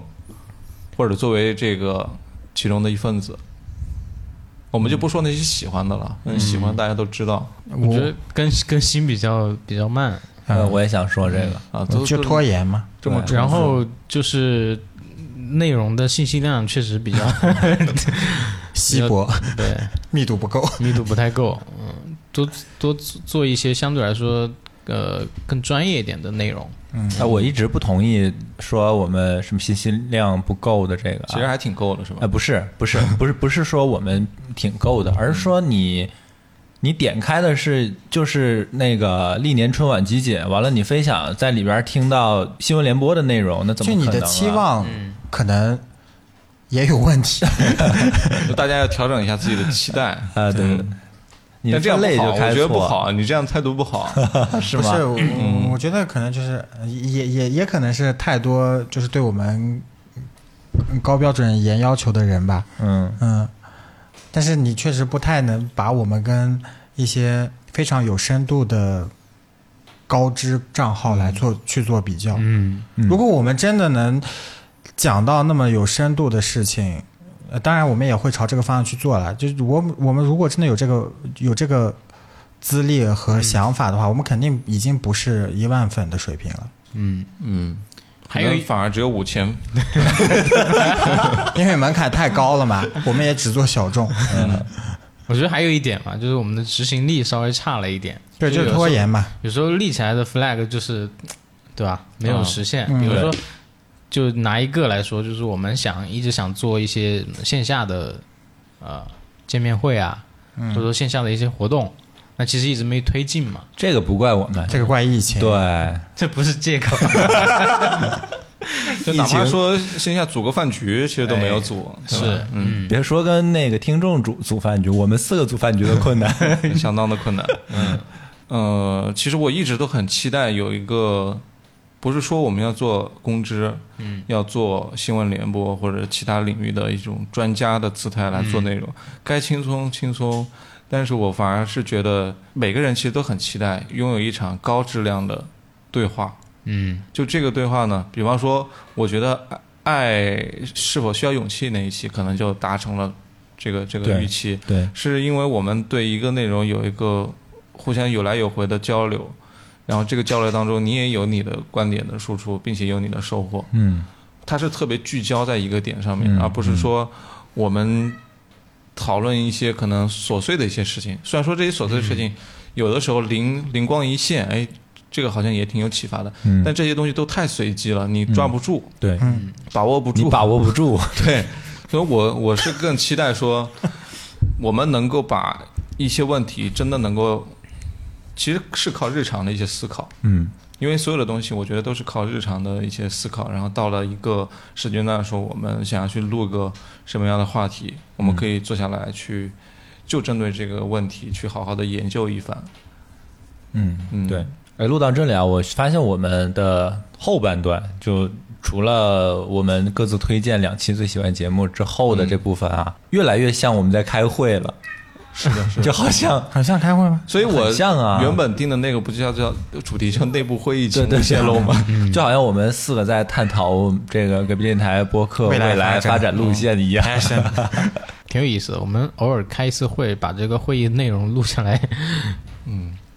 A: 或者作为这个其中的一份子，我们就不说那些喜欢的了，嗯、喜欢大家都知道
F: 我觉得更更新比较比较慢，
C: 呃，
D: 嗯
C: 我也想说这个，
A: 啊，都
D: 就
A: 都
D: 拖延嘛。
A: 这么
F: 然后就是内容的信息量确实比 较
D: 稀薄，
F: 对
D: 密度不够。
F: 密度不太够，嗯，多多做一些相对来说呃更专业一点的内容，
D: 嗯
C: 啊，我一直不同意说我们什么信息量不够的这个、啊，
A: 其实还挺够的，是吧
C: 呃，？不是，不是，不是，不是说我们挺够的，而是说
D: 嗯
C: 你，你点开的是就是那个历年春晚集锦，完了你非想在里边听到新闻联播的内容，那怎么啊
D: 就
C: 可能、
D: 你的期，望可能也有问题。
A: 就大家要调整一下自己的期待
C: 啊对
A: 嗯
C: 你的
A: 但这样
C: 分类
A: 不好，
C: 就开
A: 我觉
C: 错
A: 得不好，你这样态度不 好。
C: 是
D: 不
C: 吗？
D: 是，我嗯我觉得可能就是也也也可能是太多就是对我们高标准严要求的人吧。
C: 嗯，
D: 嗯，但是你确实不太能把我们跟一些非常有深度的高知账号来做、去做比较。
F: 嗯，
C: 嗯
D: 如果我们真的能讲到那么有深度的事情，呃，当然我们也会朝这个方向去做了。就是我我们如果真的有这个有这个资历
F: 嗯
D: 和想法的话，我们肯定已经不是一万粉的水平了，
A: 嗯，
F: 还有一
A: 可能反而只有五千，
D: 因为门槛太高了嘛。我们也只做小众，
F: 嗯我觉得还有一点嘛，就是我们的执行力稍微差了一点，
D: 对，
F: 就
D: 就是
F: 有时
D: 拖
F: 候
D: 延嘛。
F: 有时候立起来的 flag 就是，对吧？没有实现。
D: 嗯
F: 比如说，就拿一个来说，就是我们想一直想做一些线下的呃见面会啊，或者说线下的一些活动，那其实一直没推进嘛。
C: 这个不怪我们，
D: 这个怪疫情，
C: 对，
F: 这不是借口，
A: 就哪怕说线下组个饭局，其实都没有组，
C: 哎
A: 对吧
F: 是嗯，
C: 别说跟那个听众组组饭局，我们四个组饭局都困 难。
A: 相当的困难。嗯，呃，其实我一直都很期待有一个，不是说我们要做公知，嗯，要做新闻联播或者其他领域的一种专家的姿态来做内容，该轻松轻松。但是我反而是觉得每个人其实都很期待拥有一场高质量的对话。
F: 嗯
A: 就这个对话呢，比方说，我觉得爱爱是否需要勇气那一期，可能就达成了这个这个
C: 对
A: 预期。
C: 对，
A: 是因为我们对一个内容有一个互相有来有回的交流，然后这个交流当中，你也有你的观点的输出，并且有你的收获。
C: 嗯，
A: 它是特别聚焦在一个点上面，
C: 嗯
A: 而不是说我们讨论一些可能琐碎的一些事情。虽然说这些琐碎的事
C: 嗯
A: 情，有的时候灵灵光一现，哎，这个好像也挺有启发的。
C: 嗯
A: 但这些东西都太随机了，你抓不住，
C: 对，
A: 把握不住，
C: 你把握 不住。
A: 对，所以我我是更期待说，我们能够把一些问题真的能够，其实是靠日常的一些思考，
C: 嗯
A: 因为所有的东西我觉得都是靠日常的一些思考，然后到了一个时间段说，我们想要去录个什么样的话题，我
C: 嗯
A: 们可以坐下来去。就针对这个问题去好好的研究一番，
C: 嗯
A: 嗯
C: 对。哎，录到这里啊，我发现我们的后半段就除了我们各自推荐两期最喜欢节目之后的这
A: 嗯
C: 部分啊，越来越像我们在开会了，
A: 是的，是
C: 就。好像
D: 很像开会吗？
A: 所以我
C: 很像啊
A: 原本定的那个不就叫叫主题叫内部会议
C: 对
A: 情
C: 对嗯
A: 况泄露吗？
C: 就好像我们四个在探讨这个隔壁电台播客
D: 未来
C: 来
D: 发展
C: 发展嗯路线一样。
F: 挺有意思的。我们偶尔开一次会，把这个会议内容录下来，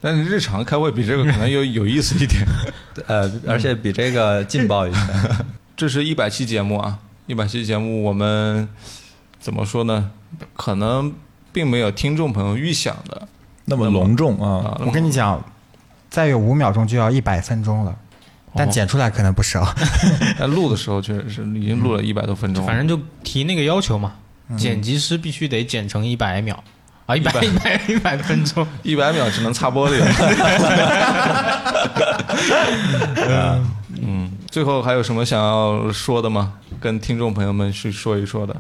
A: 但是日常开会比这个可能有有意思一点。
C: 呃，而且比这个劲爆一些。
A: 这是一百期节目啊，一百期节目我们怎么说呢？可能并没有听众朋友预想的
C: 那么隆重啊，
A: 啊。
D: 我跟你讲，再有五秒钟就要一百分钟了，但剪出来可能不少。
A: 在录的时候确实是已经录了一百多分钟了，
F: 嗯反正就提那个要求嘛，剪辑师必须得剪成一百秒啊，一百一百一百分钟。
A: 一百秒只能擦玻璃了。 啊嗯，最后还有什么想要说的吗？跟听众朋友们去说一说的。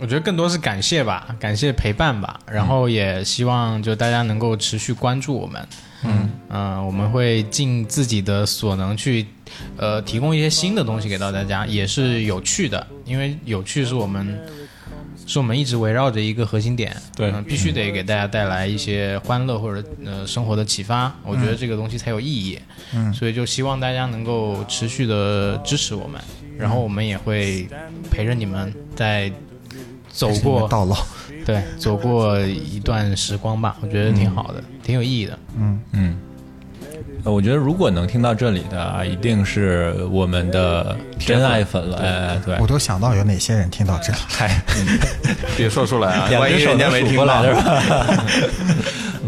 B: 我觉得更多是感谢吧，感谢陪伴吧，然后也希望就大家能够持续关注我们，嗯我们会尽自己的所能去，呃，提供一些新的东西给到大家，也是有趣的，因为有趣是我们。是我们一直围绕着一个核心点，
A: 对
B: 嗯必须得给大家带来一些欢乐或者呃生活的启发，我觉得这个东西才有意义，嗯，所以就希望大家能够持续的支持我们，然后我们也会陪着你们在走过
D: 到老。
B: 对，走过一段时光吧，我觉得挺好的，
D: 嗯
B: 挺有意 义的。
C: 呃我觉得如果能听到这里的啊，一定是我们的真爱粉了。哎，对，
D: 我都想到有哪些人听到这里，
C: 嗨，
A: 别说出来啊，
C: 两
A: 万一
C: 只手
A: 人家
C: 能
A: 没
C: 数
A: 听
C: 过来
A: 到
C: 是 吧？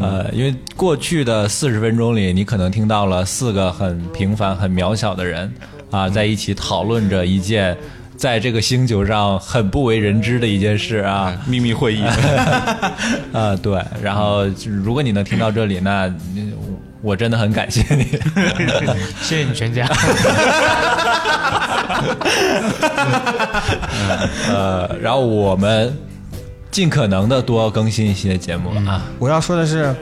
C: 呃，因为过去的四十分钟里，你可能听到了四个很平凡、很渺小的人啊、在一起讨论着一件在这个星球上很不为人知的一件事啊。
A: 秘密会议，
C: 啊，对。然后，如果你能听到这里，那你我真的很感谢你。
B: 谢谢你 全家，
C: 呃，然后我们尽可能的多更新一些节目
A: 嗯
C: 啊。
D: 我要说的是，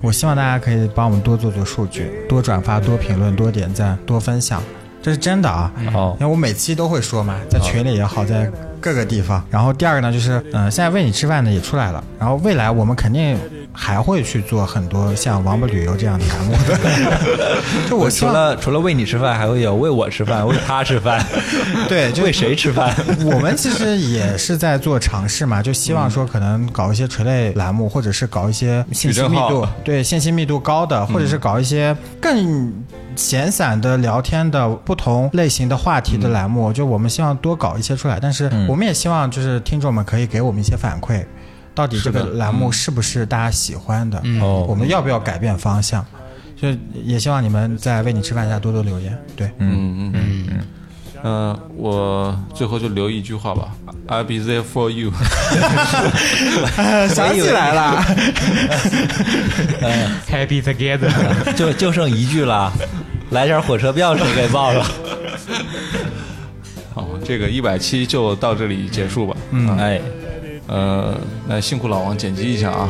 D: 我希望大家可以帮我们多做做数据，多转发、多评论、多点赞、多分享，这是真的啊。
C: 哦
D: 因为我每期都会说嘛，在群里也好，在各个地方。然后第二个呢，就是嗯、呃现在喂你吃饭的也出来了，然后未来我们肯定还会去做很多像王八旅游这样的栏目的。就我希
C: 除
D: 望，
C: 了除了喂你吃饭，还会有喂我吃饭、喂他吃饭，
D: 对，就
C: 喂谁吃饭？
D: 我们其实也是在做尝试嘛，就希望说可能搞一些垂类栏目，或者是搞一些信息密
A: 矩阵
D: 度
A: 号
D: 对信息密度高的，或者是搞一些更闲散的聊天的不同类型的话题的栏目。就我们希望多搞一些出来，但是我们也希望就是听众们可以给我们一些反馈，到底这个栏目是不是大家喜欢的？
B: 嗯
C: 哦
D: 我们要不要改变方向？就也希望你们在为你吃饭下多多留言。对，
A: 嗯嗯嗯嗯，呃，我最后就留一句话吧，I'll be there for you。
D: 想起来了。
B: ，Happy Together。
C: 就就剩一句了，来点火车票谁给报了？
A: 好，啊这个一百期就到这里结束吧。嗯，
C: 哎，
A: 呃，那辛苦老王剪辑一下啊。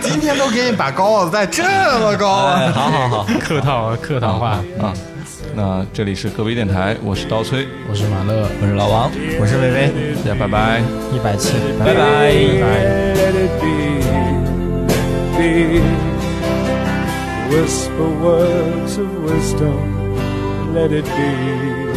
D: 今天都给你把高傲带这么高
C: 哎，好好好，
B: 客套客套话，
D: 嗯
A: 啊，那这里是河北电台，我是刀崔，
B: 我是马乐。
C: 我是老王，
D: 我是薇薇，
A: 大家拜拜。
D: 一百七，
C: 拜拜
G: Let it be, be. Whisper words of wisdom, let it be.